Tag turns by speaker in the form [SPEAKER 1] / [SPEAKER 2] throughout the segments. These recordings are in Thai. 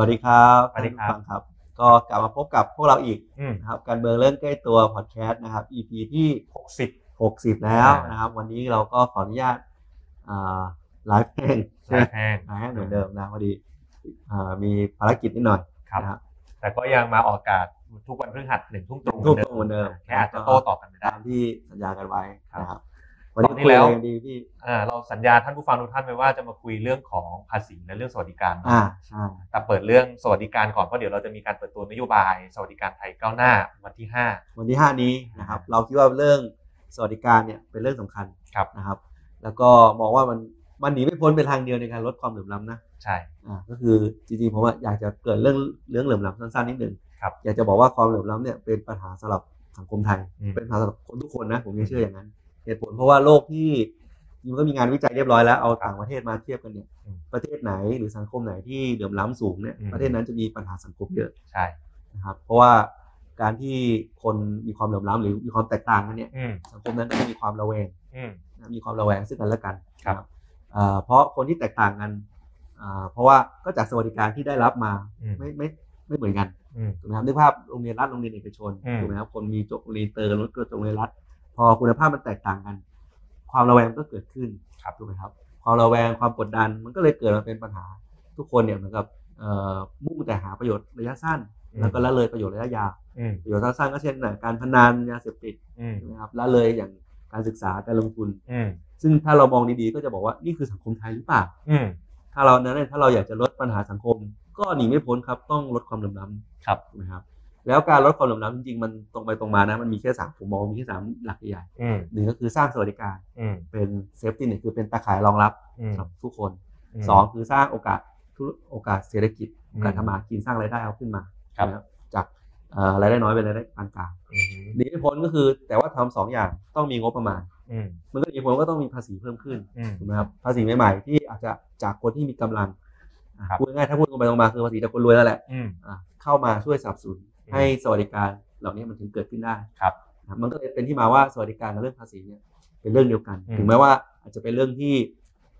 [SPEAKER 1] วัสดีครับ
[SPEAKER 2] สวัสดีครับ
[SPEAKER 1] ท่านผู้ฟังครับ ก็กลับมาพบกับพวกเราอีก
[SPEAKER 2] อืม
[SPEAKER 1] นะครับการเบืองเรื่องใกล้ตัวพอดแคสต์นะครับ EP ที่
[SPEAKER 2] หกสิบ
[SPEAKER 1] 60 แล้ว
[SPEAKER 2] อ่าน
[SPEAKER 1] นะครับ วันนี้เราก็ขออนุญาตอ่าไลฟ์เพลง
[SPEAKER 2] ลายแห้ง
[SPEAKER 1] ไลฟ์เหมือนเดิมนะพอดีอ่ามีภารกิจนิดหน่อย
[SPEAKER 2] ครับ
[SPEAKER 1] นะครับ
[SPEAKER 2] แต่ก็ยังมาออกอากาศทุกวันพฤหัสหนึ่งทุ่มตรง
[SPEAKER 1] ทุ่มตรงเหมือนเดิม
[SPEAKER 2] แค่อาจจะโต้ตอบกันไม่ได้
[SPEAKER 1] ตามที่สัญญากันไว้นะครับวัน
[SPEAKER 2] ตอนนี้
[SPEAKER 1] นี้คุย
[SPEAKER 2] แล้ว
[SPEAKER 1] อะไรกันดีพี่
[SPEAKER 2] อ่าเราสัญญาท่านผู้ฟังทุกท่านไว้ว่าจะมาคุยเรื่องของภาษีและเรื่องสวัสดิการเนอะ
[SPEAKER 1] อ่าใช่
[SPEAKER 2] แต่เปิดเรื่องสวัสดิการก่อนเพราะเดี๋ยวเราจะมีการเปิดตัวนโยบายสวัสดิการไทยก้าวหน้าวันที่ห้า
[SPEAKER 1] วันที่ 5 นี้นะครับเราคิดว่าเรื่องสวัสดิการเนี่ยเป็นเรื่องสำคัญ
[SPEAKER 2] ครับ
[SPEAKER 1] นะครับ แล้วก็มองว่ามันมันหนีไม่พ้นเป็นทางเดียวในการลดความเหลื่อมล้ำนะ
[SPEAKER 2] ใช่
[SPEAKER 1] อ่าก็คือจริงๆผมว่าอยากจะเกริดเรื่องเรื่องเหลื่อมล้ำสั้นๆนิดหนึ่ง
[SPEAKER 2] ครับ
[SPEAKER 1] อยากจะบอกว่าความเหลื่อมล้ำเนี่ยเป็นปัญหาสำหรับสังคมไทย
[SPEAKER 2] อืม
[SPEAKER 1] เป็นปัญหาสำหรับคนทุกคนนะผมยังเชื่ออย่างนั้นเหตุผลเพราะว่าโลกที่จริงๆก็มีงานวิจัยเรียบร้อยแล้วเอาต่างประเทศมาเทียบกันเนี่ย
[SPEAKER 2] อืม
[SPEAKER 1] ประเทศไหนหรือสังคมไหนที่เหลื่อมล้ำสูงเนี่ย
[SPEAKER 2] อืม
[SPEAKER 1] ประเทศนั้นจะมีปัญหาสังคมเยอะ
[SPEAKER 2] ใช่
[SPEAKER 1] นะครับเพราะว่าการที่คนมีความเหลื่อมล้ำหรือมีความแตกต่างกันเนี่ย
[SPEAKER 2] อืม
[SPEAKER 1] สังคมนั้นก็จะมีความระแวง
[SPEAKER 2] อืม
[SPEAKER 1] นะมีความระแวงซึ่งกันและกัน
[SPEAKER 2] ครับ
[SPEAKER 1] นะเอ่อเพราะคนที่แตกต่างกันอ่าเพราะว่าก็จากสวัสดิการที่ได้รับมา
[SPEAKER 2] อืม
[SPEAKER 1] ไม่ไม่ไม่เหมือนกัน
[SPEAKER 2] อืม
[SPEAKER 1] ถูกไหมครับนึกภาพโรงเรียนรัฐโรงเรียนเอกชน
[SPEAKER 2] อืม
[SPEAKER 1] ถูกไหมครับคนมีจบโรงเรียนเตอร์รถเกิดโรงเรียนรัฐ พอคุณภาพมันแตกต่างกัน ความระแวงก็เกิดขึ้น
[SPEAKER 2] ครับ
[SPEAKER 1] ถูกไหมครับ ความระแวงความกดดันมันก็เลยเกิดมาเป็นปัญหา ทุกคนเนี่ยเหมือนกับเอ่อมุ่งแต่หาประโยชน์ระยะสั้น แล้วก็ละเลยประโยชน์ระยะยาว
[SPEAKER 2] อืม
[SPEAKER 1] ประโยชน์ระยะสั้นก็เช่นนะการพนันยาเสพติด
[SPEAKER 2] อืม
[SPEAKER 1] ถูกไหมครับละเลยอย่างการศึกษาการลงทุน
[SPEAKER 2] อืม
[SPEAKER 1] ซึ่งถ้าเรามองดีๆ ก็จะบอกว่านี่คือสังคมไทยหรือเปล่า
[SPEAKER 2] อืม
[SPEAKER 1] ถ้าเรานั้นถ้าเราอยากจะลดปัญหาสังคม ก็หนีไม่พ้นครับ ต้องลดความเหลื่อมล้ำ
[SPEAKER 2] ครับ
[SPEAKER 1] ถูกไหมครับ แล้วการลดความเหลื่อมล้ำจริงๆ มันตรงไปตรงมานะ มันมีแค่สามผมมองมีแค่สามหลักใหญ่
[SPEAKER 2] อืม
[SPEAKER 1] หนึ่งก็คือสร้างสวัสดิการ
[SPEAKER 2] อืม
[SPEAKER 1] เป็นเซฟตี้หนึ่งคือเป็นตาข่ายรองรับ
[SPEAKER 2] อืม
[SPEAKER 1] สำหรับทุกคน
[SPEAKER 2] ม
[SPEAKER 1] สองคือสร้างโอกาสธุรโอกาสเศรษฐกิจ
[SPEAKER 2] อื
[SPEAKER 1] โอ
[SPEAKER 2] ม
[SPEAKER 1] กาสทำมาหากินสร้างรายได้เอาขึ้นมา
[SPEAKER 2] ครับ
[SPEAKER 1] นะจากเอ่อรายได้น้อยเป็นรายได้ปานกลาง
[SPEAKER 2] อืม
[SPEAKER 1] หนีไม่พ้นก็คือ แต่ว่าทำสองอย่างต้องมีงบประมาณ
[SPEAKER 2] อืม
[SPEAKER 1] มันก็หนีไม่พ้นก็ต้องมีภาษีเพิ่มขึ้น
[SPEAKER 2] อืม
[SPEAKER 1] ถูกไหมครับภาษีใหม่ๆที่อาจจะจากคนที่มีกำลังอ่ะ
[SPEAKER 2] ครับ
[SPEAKER 1] พูดง่ายๆถ้าพูดตรงไปตรงมาคือภาษีจากคนรวยนั่นแหละ
[SPEAKER 2] อืม
[SPEAKER 1] อ่ะเข้ามาช่วยสนับสนุน
[SPEAKER 2] อืม
[SPEAKER 1] ให้สวัสดิการเหล่านี้มันถึงเกิดขึ้นได้
[SPEAKER 2] ครับ
[SPEAKER 1] นะมันก็เลยเป็นที่มาว่าสวัสดิการกับเรื่องภาษีเนี่ยเป็นเรื่องเดียวกัน
[SPEAKER 2] อืม
[SPEAKER 1] ถึงแม้ว่าอาจจะเป็นเรื่องที่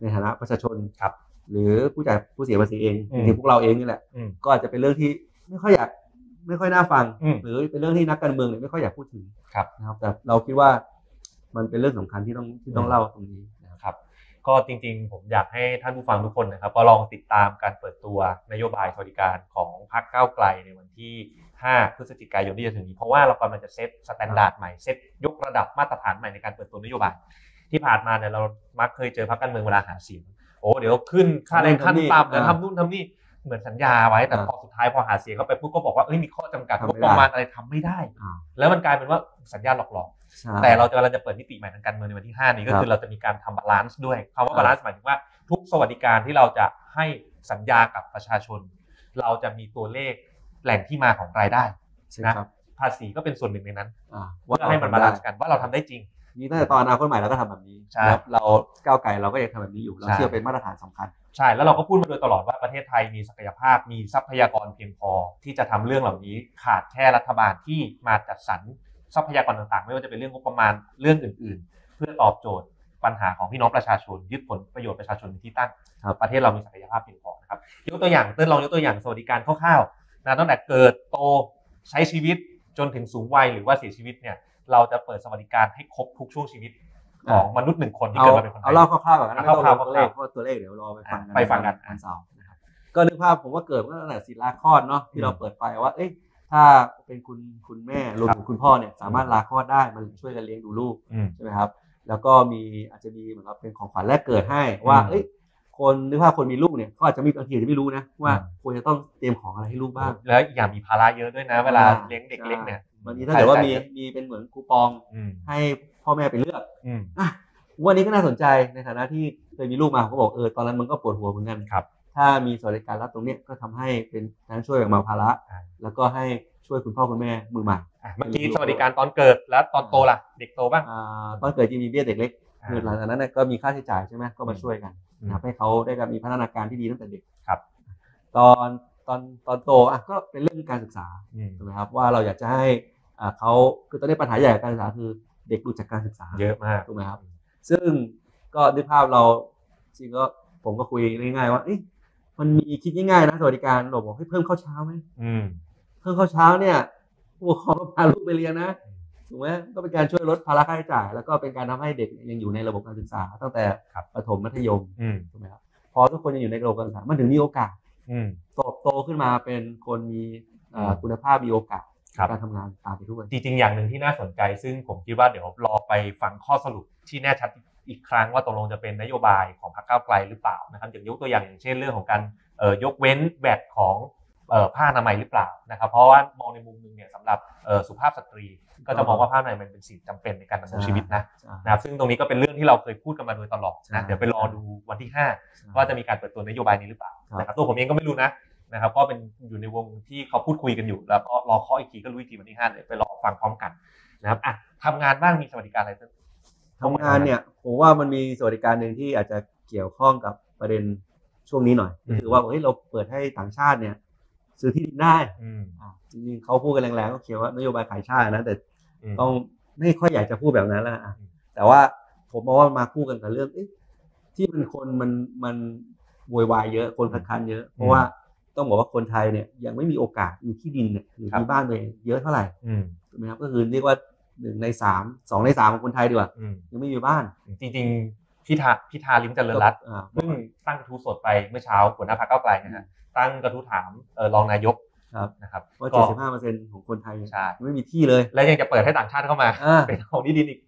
[SPEAKER 1] ในฐานะประชาชน
[SPEAKER 2] ครับ
[SPEAKER 1] หรือผู้จ่ายผู้เสียภาษีเอง
[SPEAKER 2] อืม
[SPEAKER 1] หรือพวกเราเองนี่แหละ
[SPEAKER 2] อืม
[SPEAKER 1] ก็อาจจะเป็นเรื่องที่ไม่ค่อยอยากไม่ค่อยน่าฟัง
[SPEAKER 2] อืม
[SPEAKER 1] หรือเป็นเรื่องที่นักการเมืองเนี่ยไม่ค่อยอยากพูดถึง
[SPEAKER 2] ครับ
[SPEAKER 1] นะครับ แต่เราคิดว่ามันเป็นเรื่องสำคัญที่ต้องที่ต้องเล่าตรงนี้นะครับ
[SPEAKER 2] ครับก็จริงๆ ผมอยากให้ท่านผู้ฟังทุกคนนะครับ ก็ลองติดตามการเปิดตัวนโยบายสวัสดิการของพรรคก้าวไกลในวันที่ 5 พฤศจิกายนที่จะถึงนี้ เพราะว่าเรากำลังจะเซตสแตนดาร์ดใหม่เซตยกระดับมาตรฐานใหม่ในการเปิดตัวนโยบาย ที่ผ่านมาเนี่ยเรามักเคยเจอพรรคการเมืองเวลาหาเสียงโอ้เดี๋ยวขึ้นค่าแรงขั้นต่ำเดี๋ยวทำนู่นทำนี่เหมือนสัญญาไว้แต่พอสุดท้ายพอหาเสียงเข้าไปปุ๊บก็บอกว่าเอ้ยมีข้อจำกัด
[SPEAKER 1] ทำ
[SPEAKER 2] ง
[SPEAKER 1] ไม่
[SPEAKER 2] บ
[SPEAKER 1] ได้
[SPEAKER 2] ประมาณอะไรทำไม่ได้
[SPEAKER 1] อ่า
[SPEAKER 2] แล้วมันกลายเป็นว่าสัญญาหลอกๆ
[SPEAKER 1] ใช่
[SPEAKER 2] แต่เราจะกำลังจะเปิดมิติใหม่ทางการเมืองในวันที่ 5 นี้ก็
[SPEAKER 1] ครับ
[SPEAKER 2] คือเราจะมีการทำบาลานซ์ด้วยคำ
[SPEAKER 1] ครับบ
[SPEAKER 2] ว่าาลานซ์หมายถึงว่าทุกสวัสดิการที่เราจะให้สัญญากับประชาชน เราจะมีตัวเลขแหล่งที่มาของรายได้
[SPEAKER 1] ใช่
[SPEAKER 2] นะ
[SPEAKER 1] ครับ
[SPEAKER 2] ภาษีก็เป็นส่วนหนึ่งในนั้น
[SPEAKER 1] อ่า
[SPEAKER 2] เพื่อให้มันบาลานซ์กันว่าเราทำได้จริง
[SPEAKER 1] นี่ตั้งแต่ตอนอนาคตใหม่เราก็ทำแบบนี้
[SPEAKER 2] ใช่
[SPEAKER 1] แล้วเราก้าวไกลเราก็ยังทำแบบนี้อยู่ เรา
[SPEAKER 2] ใช่
[SPEAKER 1] เชื่อเป็นมาตรฐานสำคัญ
[SPEAKER 2] ใช่แล้วเราก็พูดมาโดยตลอดว่าประเทศไทยมีศักยภาพมีทรัพยากรเพียงพอที่จะทำเรื่องเหล่านี้ขาดแค่รัฐบาลที่มาจัดสรรทรัพยากรต่างๆ ไม่ว่าจะเป็นเรื่องงบประมาณเรื่องอื่น ๆ เพื่อตอบโจทย์ปัญหาของพี่น้องประชาชน ยึดผลประโยชน์ประชาชนเป็นที่ตั้ง
[SPEAKER 1] ครับ
[SPEAKER 2] ประเทศเรามีศักยภาพเพียงพอนะครับยกตัวอย่างเต้นลองยกตัวอย่างสวัสดิการคร่าวๆนะตั้งแต่เกิดโตใช้ชีวิตจนถึงสูงวัยหรือว่าเสียชีวิตเนี่ยเราจะเปิดสวัสดิการให้ครบทุกช่วงชีวิตของมนุษย์หนึ่งคนที่
[SPEAKER 1] เอา
[SPEAKER 2] เกิดมาเป็นคนไท
[SPEAKER 1] เอา
[SPEAKER 2] ย
[SPEAKER 1] เล่าคร่าวๆก่อนนะ
[SPEAKER 2] เอาคร่าวๆ
[SPEAKER 1] ไม่ต้องลงตัวเลขเพราะว่าตัวเลขเดี๋ยวรอไปฟังกัน
[SPEAKER 2] ไปฟังกัน
[SPEAKER 1] วันเสาร์นะครับก็นึกภาพผมว่าเกิดก็ตั้งแต่ศิลาคลอดเนาะที่เราเปิดไปว่า เอ้ยถ้าเป็นคุณคุณแม่รวมถึงคุณพ่อเนี่ยสามารถลาคลอดได้มันช่วยกันเลี้ยงดูลูก
[SPEAKER 2] อืม
[SPEAKER 1] ใช่ไหมครับแล้วก็มีอาจจะมีเหมือนกับเป็นของขวัญแรกเกิดให้ว่า
[SPEAKER 2] อืม
[SPEAKER 1] เอ้ยคนนึกภาพคนมีลูกเนี่ยเขาอาจจะมีบางทีอาจจะไม่รู้นะว่า
[SPEAKER 2] อืม
[SPEAKER 1] ควรจะต้องเตรียมของอะไรให้ลูกบ้าง
[SPEAKER 2] แล้วอีกอย่างมีภาระเยอะด้วยนะ เวลา
[SPEAKER 1] อ่า
[SPEAKER 2] เลี้ยงเด็กเล็กเนี่ย
[SPEAKER 1] วันนี้ถ้าเกิดว่ามี
[SPEAKER 2] ใช้จ่ยเยอะ
[SPEAKER 1] มีเป็นเหมือนคูปอง
[SPEAKER 2] อืม
[SPEAKER 1] ให้พ่อแม่ไปเลือก
[SPEAKER 2] อืม
[SPEAKER 1] อ่ะวันนี้ก็น่าสนใจในฐานะที่เคยมีลูกมาผมก็บอกเออตอนนั้นมันก็ปวดหัวเหมือนกัน
[SPEAKER 2] ครับ
[SPEAKER 1] ถ้ามีสวัสดิการรัฐตรงเนี้ยก็ทำให้เป็นการช่วยแบ่งเบาภาระ
[SPEAKER 2] อ่า
[SPEAKER 1] แล้วก็ให้ช่วยคุณพ่อคุณแม่มือใหม่
[SPEAKER 2] อ่ะเมื่อกี้
[SPEAKER 1] เป็นลูก
[SPEAKER 2] สวัสดิการตอนเกิดแล้วตอนโตล่ะ เด็กโตบ้าง
[SPEAKER 1] อ่าตอนเกิดจริงมีเบี้ยเด็กเล็ก
[SPEAKER 2] อ่า
[SPEAKER 1] คือหลังจากนั้นเนี่ยก็มีค่าใช้จ่ายใช่ไหมก็มาช่วยกัน
[SPEAKER 2] อืม
[SPEAKER 1] นะครับให้เขาได้กับมีพัฒนาการที่ดีตั้งแต่เด็ก
[SPEAKER 2] ครับ
[SPEAKER 1] ตอนตอนตอนโตอ่ะก็เป็นเรื่องการศึกษา
[SPEAKER 2] อืม
[SPEAKER 1] ถูกไหมครับว่าเราอยากจะให้อ่าเขาคือตอนนี้ปัญหาใหญ่ของการศึกษาคือเด็กหลุดจากการศึกษา
[SPEAKER 2] เยอะมาก
[SPEAKER 1] ถูกไหมครับซึ่งก็นึกภาพเราจริงก็ผมก็คุยง่ายๆว่าเอ๊ะ มันมีคิดง่ายๆนะสวัสดิการเราบอกให้เพิ่มข้าวเช้าไหม
[SPEAKER 2] อืม
[SPEAKER 1] เพิ่มข้าวเช้าเนี่ยผู้ปกครองก็พาลูกไปเรียนนะถูกไหมก็เป็นการช่วยลดภาระค่าใช้จ่าย แล้วก็เป็นการทำให้เด็กยังอยู่ในระบบการศึกษา ตั้งแต่
[SPEAKER 2] ครับ
[SPEAKER 1] ประถมมัธยม
[SPEAKER 2] อืม
[SPEAKER 1] ถูกไหมครับพอทุกคนยังอยู่ในระบบการศึกษามันถึงมีโอกาส
[SPEAKER 2] อืม
[SPEAKER 1] โตโตขึ้นมาเป็นคนมีเอ่อคุณภาพมีโอกาส
[SPEAKER 2] ครับ
[SPEAKER 1] การทำงานตามไปด้วย
[SPEAKER 2] จริงๆ อย่างหนึ่งที่น่าสนใจ ซึ่งผมคิดว่าเดี๋ยวรอไปฟังข้อสรุปที่แน่ชัดอีกครั้งว่าตกลงจะเป็นนโยบายของพรรคก้าวไกลหรือเปล่านะครับอย่างยกตัวอย่างอย่างเช่นเรื่องของการเอ่อยกเว้นแบตของเอ่อผ้าอนามัยหรือเปล่านะครับเพราะว่ามองในมุมหนึงเนี่ยสำหรับเอ่อสุภาพสตรี ก็จะมองว่าผ้าอนามัยมันเป็นสิ่งจำเป็นในการดำรงชีวิตนะนะครับซึ่งตรงนี้ก็เป็นเรื่องที่เราเคยพูดกันมาโดยตลอดนะเดี๋ยวไปรอดูวันที่ห้า ว่าจะมีการเปิดตัวนโยบายนี้หรือเปล่า
[SPEAKER 1] ครับ
[SPEAKER 2] นะครับตัวผมเองก็ไม่รู้นะนะครับก็เป็นอยู่ในวงที่เขาพูดคุยกันอยู่ แล้วก็รอเคาะอีกทีก็รู้อีกทีวันที่ห้าเลยวไปรอฟังพร้อมกันนะครับอ่ะทำงานบ้างมีสวัสดิการอะไร
[SPEAKER 1] ทำงานเนี่ยผมว่ามันมีสวัสดิการหนึ่งที่อาจจะเกี่ยวข้องกับประเด็นช่วงนี้หน่อยก็คือว่าเฮ้ยเราเปิดให้ต่างชาติเนี่ย ซื้อที่ดินได้
[SPEAKER 2] อืม
[SPEAKER 1] อ่ะจริงๆเขาพูดกันแรงๆก็เขียนว่านโยบายขายชาตินะแต่
[SPEAKER 2] อืม
[SPEAKER 1] ต้องไม่ค่อยอยากจะพูดแบบนั้นแล้วนะอ่ะ
[SPEAKER 2] อืม
[SPEAKER 1] แต่ว่าผมมองว่ามันมาคู่กันกับเรื่องเอ๊ะที่มันคนมันมันโวยวายเยอะคนคัดค้านเยอะ เพราะว่าต้องบอกว่าคนไทยเนี่ยยังไม่มีโอกาสมีที่ดินเนี่ยหรือมีบ้านตัวเลยเยอะเท่าไหร่
[SPEAKER 2] อืม
[SPEAKER 1] ถูกไหมครับก็คือเรียกว่าหนึ่งในสามสองในสามของคนไทยดีกว่า
[SPEAKER 2] อืม
[SPEAKER 1] ยังไม่มีบ้าน
[SPEAKER 2] จริงๆพิธาพิธาลิมเจริญรัตน์
[SPEAKER 1] อ่า
[SPEAKER 2] เพิ่งตั้งกระทู้สดไปเมื่อเช้าหัวหน้าพรรคก้าวไกลนะฮะตั้งกระทู้ถามเอ่อรองนายก
[SPEAKER 1] ครับ
[SPEAKER 2] นะครับ
[SPEAKER 1] ว่า
[SPEAKER 2] ก็
[SPEAKER 1] 75 ของคนไทยเนี่ย
[SPEAKER 2] ใช่
[SPEAKER 1] ไม่มีที่เลย
[SPEAKER 2] และยังจะเปิดให้ต่างชาติเข้ามา
[SPEAKER 1] อ่า
[SPEAKER 2] เป็นของที่ดินอีก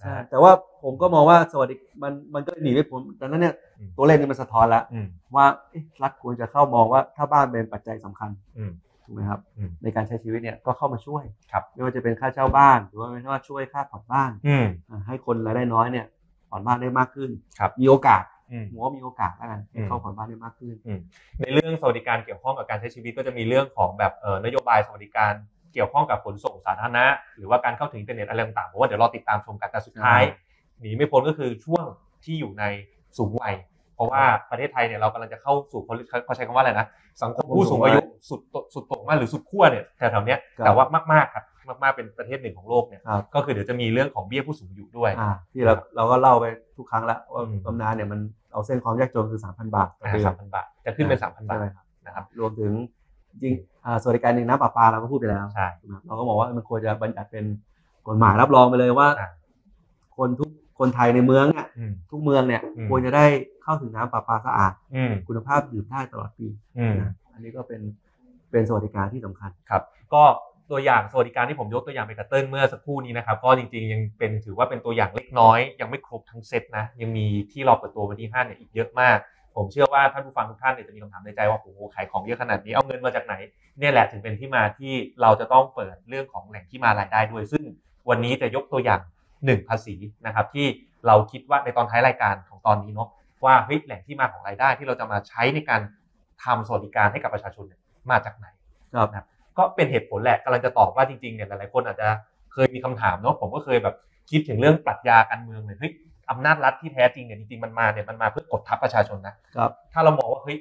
[SPEAKER 1] ใช่
[SPEAKER 2] นะฮะ
[SPEAKER 1] แต่ว่าผมก็มองว่าสวัสดิมันมันก็หนีไม่พ้นดังนั้นเนี่ย
[SPEAKER 2] อืม
[SPEAKER 1] ตัวเลขนี้มันสะท้อนแล้ว
[SPEAKER 2] อืม
[SPEAKER 1] ว่าเอ๊ะรัฐควรจะเข้ามองว่าถ้าบ้านเป็นปัจจัยสำคัญ
[SPEAKER 2] อืม
[SPEAKER 1] ถูกไหมครับ
[SPEAKER 2] อืม
[SPEAKER 1] ในการใช้ชีวิตเนี่ยก็เข้ามาช่วย
[SPEAKER 2] ครับ
[SPEAKER 1] ไม่ว่าจะเป็นค่าเช่าบ้าน หรือว่าไม่ว่าช่วยค่าผ่อนบ้าน
[SPEAKER 2] อืม
[SPEAKER 1] อ่าให้คนรายได้น้อยเนี่ยผ่อนบ้านได้มากขึ้น
[SPEAKER 2] ครับ
[SPEAKER 1] มีโอกาส
[SPEAKER 2] อืม
[SPEAKER 1] ผมว่ามีโอกาสแล้วกันให้เข้าผ่อนบ้านได้มากขึ้น
[SPEAKER 2] ในเรื่องสวัสดิการเกี่ยวข้องกับการใช้ชีวิตก็จะมีเรื่องของแบบเอ่อนโยบายสวัสดิการเกี่ยวข้องกับขนส่งสาธารณะ หรือว่าการเข้าถึงอินเทอร์เน็ตอะไรต่างๆผมว่าเดี๋ยวรอติดตามชมกันแต่สุดท้ายหนีไม่พ้นก็คือช่วงที่อยู่ในสูงวัย เพราะว่าประเทศไทยเนี่ยเรากำลังจะเข้าสู่เขาเขาใช้คำว่าอะไรนะสังคมผู้สูงอายุสุดโตสุดโตรงมากหรือสุดขั้วเนี่ยแถวๆเนี้ย
[SPEAKER 1] ครับ
[SPEAKER 2] แต่ว่ามากๆครับมากๆเป็นประเทศหนึ่งของโลกเนี่ย
[SPEAKER 1] ครับ
[SPEAKER 2] ก็คือเดี๋ยวจะมีเรื่องของเบี้ยผู้สูงอายุด้วย
[SPEAKER 1] อ่าที่เราเราก็เล่าไปทุกครั้งแล้วว่า
[SPEAKER 2] อืม
[SPEAKER 1] บำนาญเนี่ยมันเอาเส้นความยากจนคือ3,000 บาทต่อเดือน
[SPEAKER 2] สามพันบาทจะขึ้นเป็นสามพันบาท
[SPEAKER 1] ใช่
[SPEAKER 2] นะครับ
[SPEAKER 1] รวมถึงจริงอ่าสวัสดิการหนึ่งน้ำประปาเราก็พูดไปแล้ว
[SPEAKER 2] ใช่
[SPEAKER 1] นะครับเราก็บอกว่ามันควรจะบัญญัติเป็นกฎหมายรับรองไปเลยว่า
[SPEAKER 2] อ่า
[SPEAKER 1] คนทุกคนไทยในเมืองอ่ะ
[SPEAKER 2] อืม
[SPEAKER 1] ทุกเมืองเนี่ย
[SPEAKER 2] อืม
[SPEAKER 1] ควรจะได้เข้าถึงน้ำประปาสะอาด
[SPEAKER 2] อืม
[SPEAKER 1] คุณภาพดื่มได้ตลอดปี
[SPEAKER 2] อืม
[SPEAKER 1] นะอันนี้ก็เป็นเป็นสวัสดิการที่สำคัญ
[SPEAKER 2] ครับก็ตัวอย่างสวัสดิการที่ผมยกตัวอย่างไปกับเติ้ลเมื่อสักครู่นี้นะครับก็จริงๆยังเป็นถือว่าเป็นตัวอย่างเล็กน้อย ยังไม่ครบทั้งเซตนะยังมีที่รอเปิดตัววันที่ห้าเนี่ยอีกเยอะมาก ผมเชื่อว่าท่านผู้ฟังทุกท่านเนี่ยจะมีคำถามในใจว่าโอ้โหขายของเยอะขนาดนี้เอาเงินมาจากไหนเนี่ยแหละถึงเป็นที่มาที่เราจะต้องเปิดเรื่องของแหล่งที่มารายได้ด้วย ซึ่งวันนี้จะยกตัวอย่างหนึ่งภาษีนะครับที่เราคิดว่าในตอนท้ายรายการของตอนนี้เนาะว่าเฮ้ยแหล่งที่มาของรายได้ที่เราจะมาใช้ในการทำสวัสดิการให้กับประชาชนเนี่ยมาจากไหน
[SPEAKER 1] ครับ
[SPEAKER 2] ก็เป็นเหตุผลแหละกำลังจะตอบว่าจริงๆเนี่ยหลายๆคนอาจจะเคยมีคำถามเนาะผมก็เคยแบบคิดถึงเรื่องปรัชญาการเมืองเลยเฮ้ยอำนาจรัฐที่แท้จริงเนี่ยจริงๆมันมาเนี่ยมันมาเพื่อกดทับประชาชนนะครับ ถ้าเรามองว่าเฮ้ย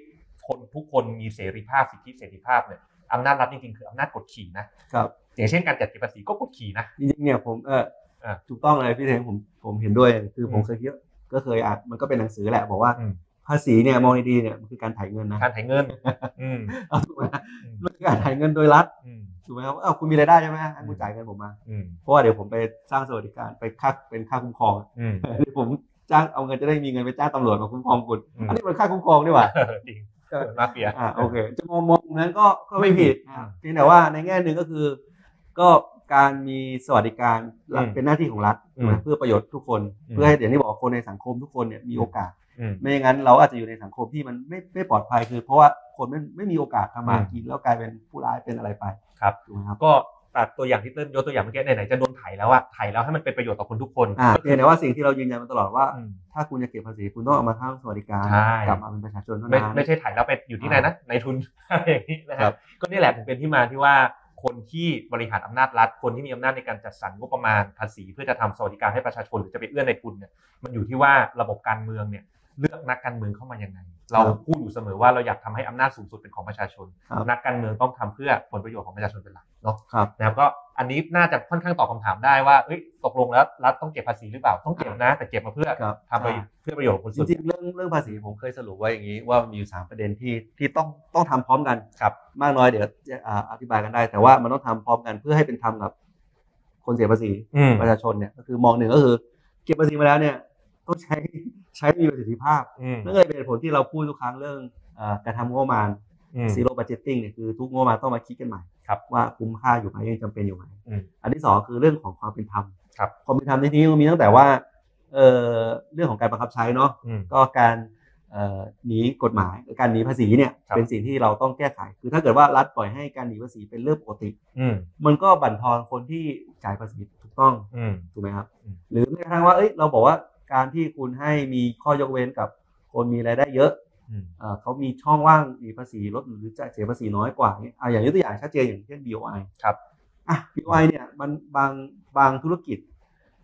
[SPEAKER 2] คนทุกคนมีเสรีภาพสิทธิเสรีภาพเนี่ยอำนาจรัฐจริงๆคืออำนาจกดขี่นะครับ อย่างเช่นการจัดเก็บภาษีก็กดขี่นะ
[SPEAKER 1] จริงๆเนี่ยผมเออ
[SPEAKER 2] อ่ะ
[SPEAKER 1] ถูกต้องเลยพี่เทงผมผมเห็นด้วยคือผม
[SPEAKER 2] อืม
[SPEAKER 1] เคยคิดว่าก็เคยอ่านมันก็เป็นหนังสือแหละบอกว่า
[SPEAKER 2] อืม
[SPEAKER 1] ภาษีเนี่ยมองดีๆเนี่ยมันคือการถ่ายเงินนะ
[SPEAKER 2] การถ่ายเงินอืม
[SPEAKER 1] เอาถูกไหมมันคือการถ่ายเงินโดยรัฐ
[SPEAKER 2] อืม
[SPEAKER 1] ถูกไหมครับเอ้าคุณมีรายได้ใช่ไหมให้คุณจ่ายเงินผมมา
[SPEAKER 2] อืม
[SPEAKER 1] เพราะว่าเดี๋ยวผมไปสร้างสวัสดิการไปค่าเป็นค่าคุ้มครองอะ
[SPEAKER 2] อืม
[SPEAKER 1] เดี๋ยวผมจ้างเอาเงินจะได้มีเงินไปจ้างตำรวจมาคุ้มครองคุณ
[SPEAKER 2] อืม
[SPEAKER 1] อันนี้มันค่าคุ้มครองดีกว่า
[SPEAKER 2] จริงเหมือนมาเฟีย
[SPEAKER 1] อ่าโอเคจะมองมองนั้นก็ก็ไม่ผิด
[SPEAKER 2] อืม
[SPEAKER 1] เพียงแต่ว่าในแง่หนึ่งก็คือ ก็การมีสวัสดิการรัฐ
[SPEAKER 2] อืม
[SPEAKER 1] เป็นหน้าที่ของรัฐ
[SPEAKER 2] อืม
[SPEAKER 1] นะเพื่อประโยชน์ทุกคน
[SPEAKER 2] อืม
[SPEAKER 1] เพื่อให้อย่างที่บอกคนในสังคมทุกคนเนี่ยมีโอกาส
[SPEAKER 2] อืม
[SPEAKER 1] ไม่อย่างนั้นเราอาจจะอยู่ในสังคมที่มันไม่ไม่ปลอดภัยคือ เพราะว่าคนไม่ไม่มีโอกาสทำมา
[SPEAKER 2] อืม
[SPEAKER 1] กินแล้วกลายเป็นผู้ร้ายเป็นอะไรไป
[SPEAKER 2] ครับ
[SPEAKER 1] ถูกไหมครับ
[SPEAKER 2] ก็ตัดตัวอย่างที่เติ้ลยกตัวอย่างเมื่อกี้ไหนๆจะโดนไถแล้วอะไถแล้วให้มันเป็นประโยชน์ต่อคนทุกคน
[SPEAKER 1] อ่าเพียงแต่ว่าสิ่งที่เรายืนยันมาตลอดว่า
[SPEAKER 2] อืม
[SPEAKER 1] ถ้าคุณจะเก็บภาษีคุณต้องเอามาทั้งสวัสดิการ
[SPEAKER 2] ใช่
[SPEAKER 1] กลับมาเป็นประชาชนเท่า
[SPEAKER 2] ไม่
[SPEAKER 1] นั้น
[SPEAKER 2] ไม่ใช่ถ่ายแล้วไปอยู่ที่ไหนนะในทุน อะไรอย่างนี้นะ
[SPEAKER 1] ค
[SPEAKER 2] ค
[SPEAKER 1] รั
[SPEAKER 2] รับบ ก็นี่แหละถึงเป็นที่มาที่ว่าคนที่บริหารอำนาจรัฐ คนที่มีอำนาจในการจัดสรรงบประมาณภาษี เพื่อจะทำสวัสดิการให้ประชาชนหรือจะไปเอื้อในทุนเนี่ยมันอยู่ที่ว่าระบบการเมืองเนี่ยเลือกนักการเมืองเข้ามายังไง เราพูดอยู่เสมอว่าเราอยากทำให้อำนาจสูงสุดเป็นของประชาชน
[SPEAKER 1] ครับ
[SPEAKER 2] นักการเมืองต้องทำเพื่อผลประโยชน์ของประชาชนเป็นหลักเนาะ
[SPEAKER 1] ครับ
[SPEAKER 2] นะครับก็ อันนี้น่าจะค่อนข้างตอบคำถามได้ว่าเอ้ยตกลงแล้วรัฐต้องเก็บภาษีหรือเปล่าต้องเก็บนะ แต่เก็บมาเพื่อ
[SPEAKER 1] ครับ
[SPEAKER 2] ทำไป
[SPEAKER 1] ใช่
[SPEAKER 2] เพื่อประโยชน์ของคน
[SPEAKER 1] จ
[SPEAKER 2] ส่วน
[SPEAKER 1] ริงๆเรื่องเรื่องภาษีผมเคยสรุปไว้อย่างนี้ว่ามันมีอยู่สามประเด็นที่ที่ต้องต้องทำพร้อมกัน
[SPEAKER 2] ครับ
[SPEAKER 1] มากน้อยเดี๋ยวจะอ่าอธิบายกันได้ แต่ว่ามันต้องทำพร้อมกันเพื่อให้เป็นธรรมกับคนเสียภาษี
[SPEAKER 2] อืม
[SPEAKER 1] ประชาชนเนี่ยก็คือมองหนึ่งก็คือ เก็บภาษีมาแล้วเนี่ยต้องใช้ใช้มีประสิทธิภาพ
[SPEAKER 2] อืม
[SPEAKER 1] นั่นก็เลยเป็นเหตุผลที่เราพูดทุกครั้งเรื่องเอ่อการทำงบประมาณ
[SPEAKER 2] อืม
[SPEAKER 1] ซีโร่บัจเจตติ้งเนี่ยคือทุกงบประมาณต้องมาคิดกันใหม่
[SPEAKER 2] ครับ
[SPEAKER 1] ว่าคุ้มค่าอยู่ไหมยังจำเป็นอยู่ไหม
[SPEAKER 2] อืม
[SPEAKER 1] อันที่สองคือเรื่องของความเป็นธรรม
[SPEAKER 2] ครับ
[SPEAKER 1] ความเป็นธรรมในที่นี้ก็มีตั้งแต่ว่าเอ่อเรื่องของการบังคับใช้เนาะ
[SPEAKER 2] อืม
[SPEAKER 1] ก็การเอ่อหนีกฎหมายการหนีภาษีเนี่ย
[SPEAKER 2] ครับ
[SPEAKER 1] เป็นสิ่งที่เราต้องแก้ไข คือถ้าเกิดว่ารัฐปล่อยให้การหนีภาษีเป็นเรื่องปกติ
[SPEAKER 2] อืม
[SPEAKER 1] มันก็บั่นทอนคนที่จ่ายภาษีถูกต้อง
[SPEAKER 2] อืม
[SPEAKER 1] ถูกไหมครับ
[SPEAKER 2] อืม
[SPEAKER 1] หรือแม้กระทั่งว่าเอ้ยเราบอกว่าการที่คุณให้มีข้อยกเว้นกับคนมีรายได้เยอะ
[SPEAKER 2] อืม
[SPEAKER 1] เอ่อเขามีช่องว่างมีภาษีลดหรือจ่ายเสียภาษีน้อยกว่าเนี่ยเอาอย่างยกตัวอย่างชัดเจนอย่างเช่น BOI
[SPEAKER 2] ครับ
[SPEAKER 1] อ่ะ BOI เนี่ยมันบางบางธุรกิจ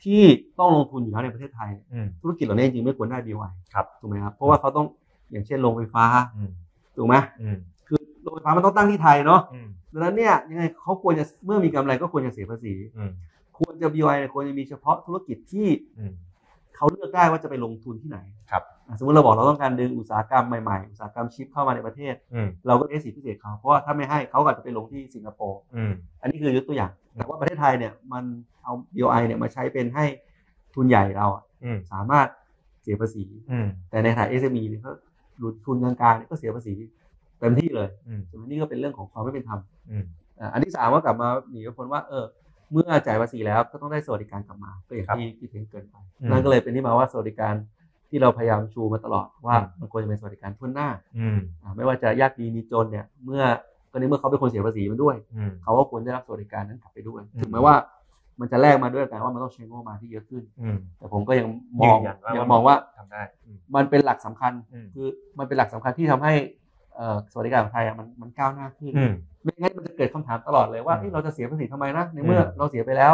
[SPEAKER 1] ที่ต้องลงทุนอยู่แล้วในประเทศไทย
[SPEAKER 2] อืม
[SPEAKER 1] ธุรกิจเหล่านี้จริงๆไม่ควรได้ BOI
[SPEAKER 2] ครับ
[SPEAKER 1] ถูกไหมครับ เพราะว่าเขาต้องอย่างเช่นโรงไฟฟ้า
[SPEAKER 2] อืม
[SPEAKER 1] ถูกไหม
[SPEAKER 2] อืม
[SPEAKER 1] โรงไฟฟ้ามันต้องตั้งที่ไทยเนาะ
[SPEAKER 2] อืม
[SPEAKER 1] ดังนั้นเนี่ยยังไงเขาควรจะเมื่อมีกำไรก็ควรจะเสียภาษี
[SPEAKER 2] อืม
[SPEAKER 1] ควรจะ BOI เนี่ยควรจะมีเฉพาะธุรกิจที่
[SPEAKER 2] อืม
[SPEAKER 1] เขาเลือกได้ว่าจะไปลงทุนที่ไหน
[SPEAKER 2] ครับ
[SPEAKER 1] อ่ะสมมติเราบอกเราต้องการดึงอุตสาหกรรมใหม่ๆอุตสาหกรรมชิปเข้ามาในประเทศ
[SPEAKER 2] อืม
[SPEAKER 1] เราก็ได้สิทธิพิเศษเขาเพราะว่าถ้าไม่ให้เขาก็อาจจะไปลงที่สิงคโปร์
[SPEAKER 2] อืม
[SPEAKER 1] อันนี้คือยกตัวอย่าง แต่ว่าประเทศไทยเนี่ยมันเอา BOI เนี่ยมาใช้เป็นให้ทุนใหญ่เราอะ
[SPEAKER 2] อืม
[SPEAKER 1] สามารถเสียภาษี
[SPEAKER 2] อืม
[SPEAKER 1] แต่ในฐานะ SME เนี่ยก็หลุดทุนกลางๆเนี่ยก็เสียภาษีเต็มที่เลย
[SPEAKER 2] อืม
[SPEAKER 1] ฉะนั้นนี่ก็เป็นเรื่องของความไม่เป็นธรรม
[SPEAKER 2] อืม
[SPEAKER 1] อ่าอันที่สามว่ากลับมาหนีไม่พ้นว่าเออเมื่อจ่ายภาษีแล้วก็ต้องได้สวัสดิการกลับมาก็อย่าง
[SPEAKER 2] ครับ
[SPEAKER 1] ที่ที่เพงเกินไป
[SPEAKER 2] อืม
[SPEAKER 1] นั่นก็เลยเป็นที่มาว่าสวัสดิการที่เราพยายามชูมาตลอดว่า
[SPEAKER 2] อืม
[SPEAKER 1] มันควรจะเป็นสวัสดิการทั่วหน้า
[SPEAKER 2] อืม
[SPEAKER 1] อ่าไม่ว่าจะยากดีมีจนเนี่ยเมื่อก็ในเมื่อเขาเป็นคนเสียภาษีมันด้วย
[SPEAKER 2] อืม
[SPEAKER 1] เขาก็ควรได้รับสวัสดิการนั้นกลับไปด้วย
[SPEAKER 2] อืม
[SPEAKER 1] ถึงแม้ว่ามันจะแลกมาด้วยกันว่ามันต้องใช้งบประมาณที่เยอะขึ้น
[SPEAKER 2] อืม
[SPEAKER 1] แต่ผมก็ยังมอง
[SPEAKER 2] ยืนยันว่ายั
[SPEAKER 1] ยังมองว่า
[SPEAKER 2] ทำได้อืม
[SPEAKER 1] มันเป็นหลักสำคัญ
[SPEAKER 2] อืม
[SPEAKER 1] คือมันเป็นหลักสำคัญที่ทำให้เอ่อสวัสดิการของไทยอ่ะมันมันก้าวหน้าขึ้น
[SPEAKER 2] อืม
[SPEAKER 1] ไม่งั้นมันจะเกิดคำถามตลอดเลยว่า
[SPEAKER 2] อืม
[SPEAKER 1] เอ้ยเราจะเสียภาษีทำไมนะในเมื่ออ
[SPEAKER 2] ม
[SPEAKER 1] เราเสียไปแล้ว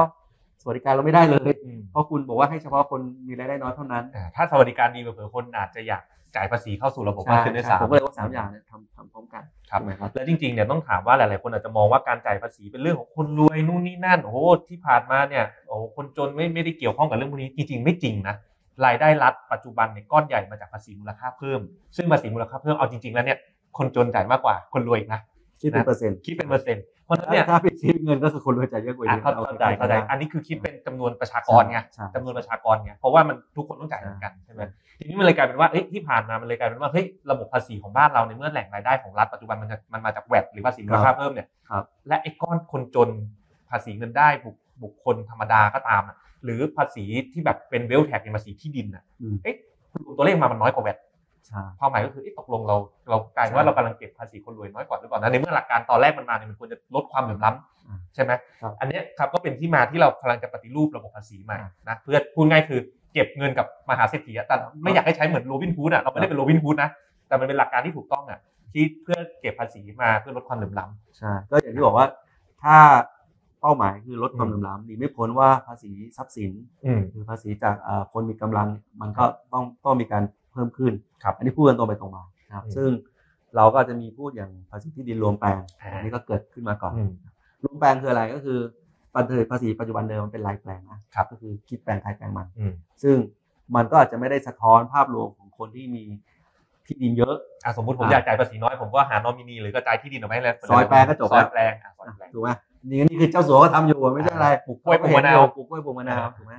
[SPEAKER 1] สวัสดิการเราไม่ได้เลย
[SPEAKER 2] อืม
[SPEAKER 1] เพราะคุณบอกว่าให้เฉพาะคนมีรายได้น้อยเท่านั้น
[SPEAKER 2] อ่าถ้าสวัสดิการดีเผื่อๆคนอาจจะอยากจ่ายภาษีเข้าสู่ระบบมากขึ้นด้วยซ้ำ
[SPEAKER 1] ผมก็เลยว่าสามอย่างเนี่ยทำทำพร้อมกัน
[SPEAKER 2] ครับ
[SPEAKER 1] ถูกไหมครับ
[SPEAKER 2] แล้วจริงๆเนี่ยต้องถามว่าหลายๆคนอาจจะมองว่าการจ่ายภาษีเป็นเรื่องของคนรวยนู่นนี่นั่นโอ้โหที่ผ่านมาเนี่ยโอ้โหคนจนไม่ไม่ได้เกี่ยวข้องกับเรื่องพวกนี้จริงๆไม่จริงนะรายได้รัฐปัจจุบันเนี่ยก้อนใหญ่มาจากภาษีมูลค่าเพิ่ม ซึ่งภาษีมูลค่าเพิ่มเอาจริงๆแล้วเนี่ยคนจนจ่ายมากกว่าคนรวยอีกนะ
[SPEAKER 1] คิดเป็นเปอร์เซ็นต์
[SPEAKER 2] คิดเป็นเปอร์เซ็นต์เพราะฉะนั้นเนี่ย
[SPEAKER 1] ถ้าเป็นคิดเงินก็คือคนรวยจ่ายเยอะกว่า
[SPEAKER 2] อ่ะ
[SPEAKER 1] ยอะ
[SPEAKER 2] เข้าเข้าใจเข้าใจอันนี้คือคิดเป็นจำนวนประชากรไง
[SPEAKER 1] ใช่
[SPEAKER 2] จำนวนประชากรไงเพราะว่ามันทุกคนต้องจ่ายเหมือนกันใช่ไหมทีนี้มันเลยกลายเป็นว่าเอ้ยที่ผ่านมามันเลยกลายเป็นว่าเฮ้ยระบบภาษีของบ้านเราในเมื่อแหล่งรายได้ของรัฐปัจจุบันมันจะมันมาจากแวดหรือภาษีมูลค่าเพิ่มเนี่ย
[SPEAKER 1] ครับ
[SPEAKER 2] และไอ้ก้อนคนจนภาษีเงินได้บุคบุคคลธรรมดาก็ตามน่ะหรือภาษีที่แบบเป็นเวลแท็กในยภาษีที่ดินน่ะ
[SPEAKER 1] อืม
[SPEAKER 2] เอ๊ะรวมตัวเลขมามันน้อยกว่าแวด
[SPEAKER 1] ใช่
[SPEAKER 2] ความหมายก็คือเอ๊ะตกลงเราเรากลายเป็นว่าเรากำลังเก็บภาษีคนรวยน้อยกว่าหรือเปล่านะในเมื่อหลักการตอนแรกมันมาเนี่ยมันควรจะลดความเหลื่อมล้ำ
[SPEAKER 1] อ่า
[SPEAKER 2] ใช่ไหม
[SPEAKER 1] ครับ
[SPEAKER 2] อันเนี้ยครับก็เป็นที่มาที่เรากำลังจะปฏิรูประบบภาษีใหม่
[SPEAKER 1] อ่ะ
[SPEAKER 2] นะเพื่อพูดง่ายคือเก็บเงินกับมหาเศรษฐีอะแต่ไม่อยากให้ใช้เหมือนโรบินฮูดอ่ะเราไม่ได้เป็นโรบินฮูดนะแต่มันเป็นหลักการที่ถูกต้องอ่ะที่เพื่อเก็บภาษีมาเพื่อลดความเหลื่อมล้
[SPEAKER 1] ใช่ก็อย่างที่บอกว่าถ้าเป้าหมายคือลดความเหลื่อมล้ำหนีไม่พ้นว่าภาษีทรัพย์สิน
[SPEAKER 2] ำอืม
[SPEAKER 1] หรือภาษีจากเอ่อคนมีกำลังเนี่ยมันก็ต้องต้องมีการเพิ่มขึ้น
[SPEAKER 2] ครับ
[SPEAKER 1] อันนี้พูดกันตรงไปตรงมานะครับ
[SPEAKER 2] อืม
[SPEAKER 1] ซึ่งเราก็จะมีพูดอย่างภาษีที่ดินรวมแปลง
[SPEAKER 2] อ่า
[SPEAKER 1] อันนี้ก็เกิดขึ้นมาก่อน
[SPEAKER 2] อืม
[SPEAKER 1] รวมแปลงคืออะไรก็คือปัจจุบันภาษีปัจจุบันเดิมมันเป็นรายแปลงนะครับ ก็คือคิดแปลงใครแปลงมัน
[SPEAKER 2] อืม
[SPEAKER 1] ซึ่งมันก็อาจจะไม่ได้สะท้อนภาพรวมของคนที่มีที่ดินเยอะ
[SPEAKER 2] อ่ะสมมติผม
[SPEAKER 1] อ่ะ
[SPEAKER 2] อยากจ่ายภาษีน้อยผมก็หานอมินีหรือกระจายที่ดินเอาไว้แล้ว
[SPEAKER 1] ซอยแปลงก็จบ
[SPEAKER 2] ซ
[SPEAKER 1] แล้
[SPEAKER 2] อยว แปลงอ่ะซอยแปลง
[SPEAKER 1] ถูกไหมนี่นี่คือเจ้าสัวก็ทำอยู่อะไม่ใช่อะไร
[SPEAKER 2] ปลูกกล้วยปลูกมะนาว
[SPEAKER 1] ปลูกกล้วยปลูกมะนาวถูกไหม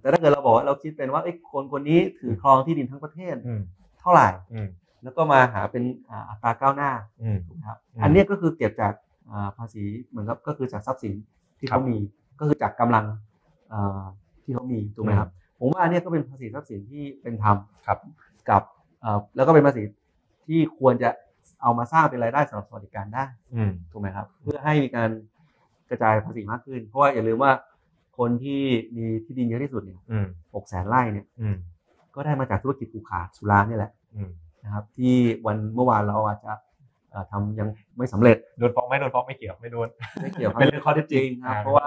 [SPEAKER 1] แต่ถ้าเกิดเราบอกว่าเราคิดเป็นว่าไอ้ยคนคนนี้ถือครองที่ดินทั้งประเทศ
[SPEAKER 2] อืม
[SPEAKER 1] เท่าไหร่
[SPEAKER 2] อืม
[SPEAKER 1] แล้วก็มาหาเป็นอ่าอัตราก้าวหน้า
[SPEAKER 2] อืม
[SPEAKER 1] ถูกไหมครับ
[SPEAKER 2] อืม
[SPEAKER 1] อันเนี้ยก็คือเก็บจากอ่าภาษีเหมือนกับก็คือจากทรัพย์สินที่
[SPEAKER 2] ครั
[SPEAKER 1] เขา
[SPEAKER 2] บ
[SPEAKER 1] มีก็คือจากกำลังอ่าที่เขามีถูกไหมครับผมว่าอันเนี้ยก็เป็นภาษีทรัพย์สินที่เป็นธรรม
[SPEAKER 2] ครับ
[SPEAKER 1] กับเอ่อแล้วก็เป็นภาษีที่ควรจะเอามาสร้างเป็นรายได้สำหรับสวัสดิการได้
[SPEAKER 2] อืม
[SPEAKER 1] ถูกไหมครับ เพื่อให้มีการกระจายภาษีมากขึ้น เพราะว่าอย่าลืมว่าคนที่มีที่ดินเยอะที่สุดเนี่ย
[SPEAKER 2] อืม
[SPEAKER 1] หกแสนไร่เนี่ย
[SPEAKER 2] อืม
[SPEAKER 1] ก็ได้มาจากธุรกิจผูกขาดสุราเนี่ยแหละ
[SPEAKER 2] อืม
[SPEAKER 1] นะครับที่วันเมื่อวานเราอาจจะเอ่อทำยังไม่สำเร็จ
[SPEAKER 2] โดนฟ้องไหมโดนฟ้องไม่เกี่ยวไม่โดน
[SPEAKER 1] ไม่เกี่ยวครับ
[SPEAKER 2] เป็นเรื่องข้อเท็จจริง
[SPEAKER 1] ครับ
[SPEAKER 2] อ่า
[SPEAKER 1] เพราะว่า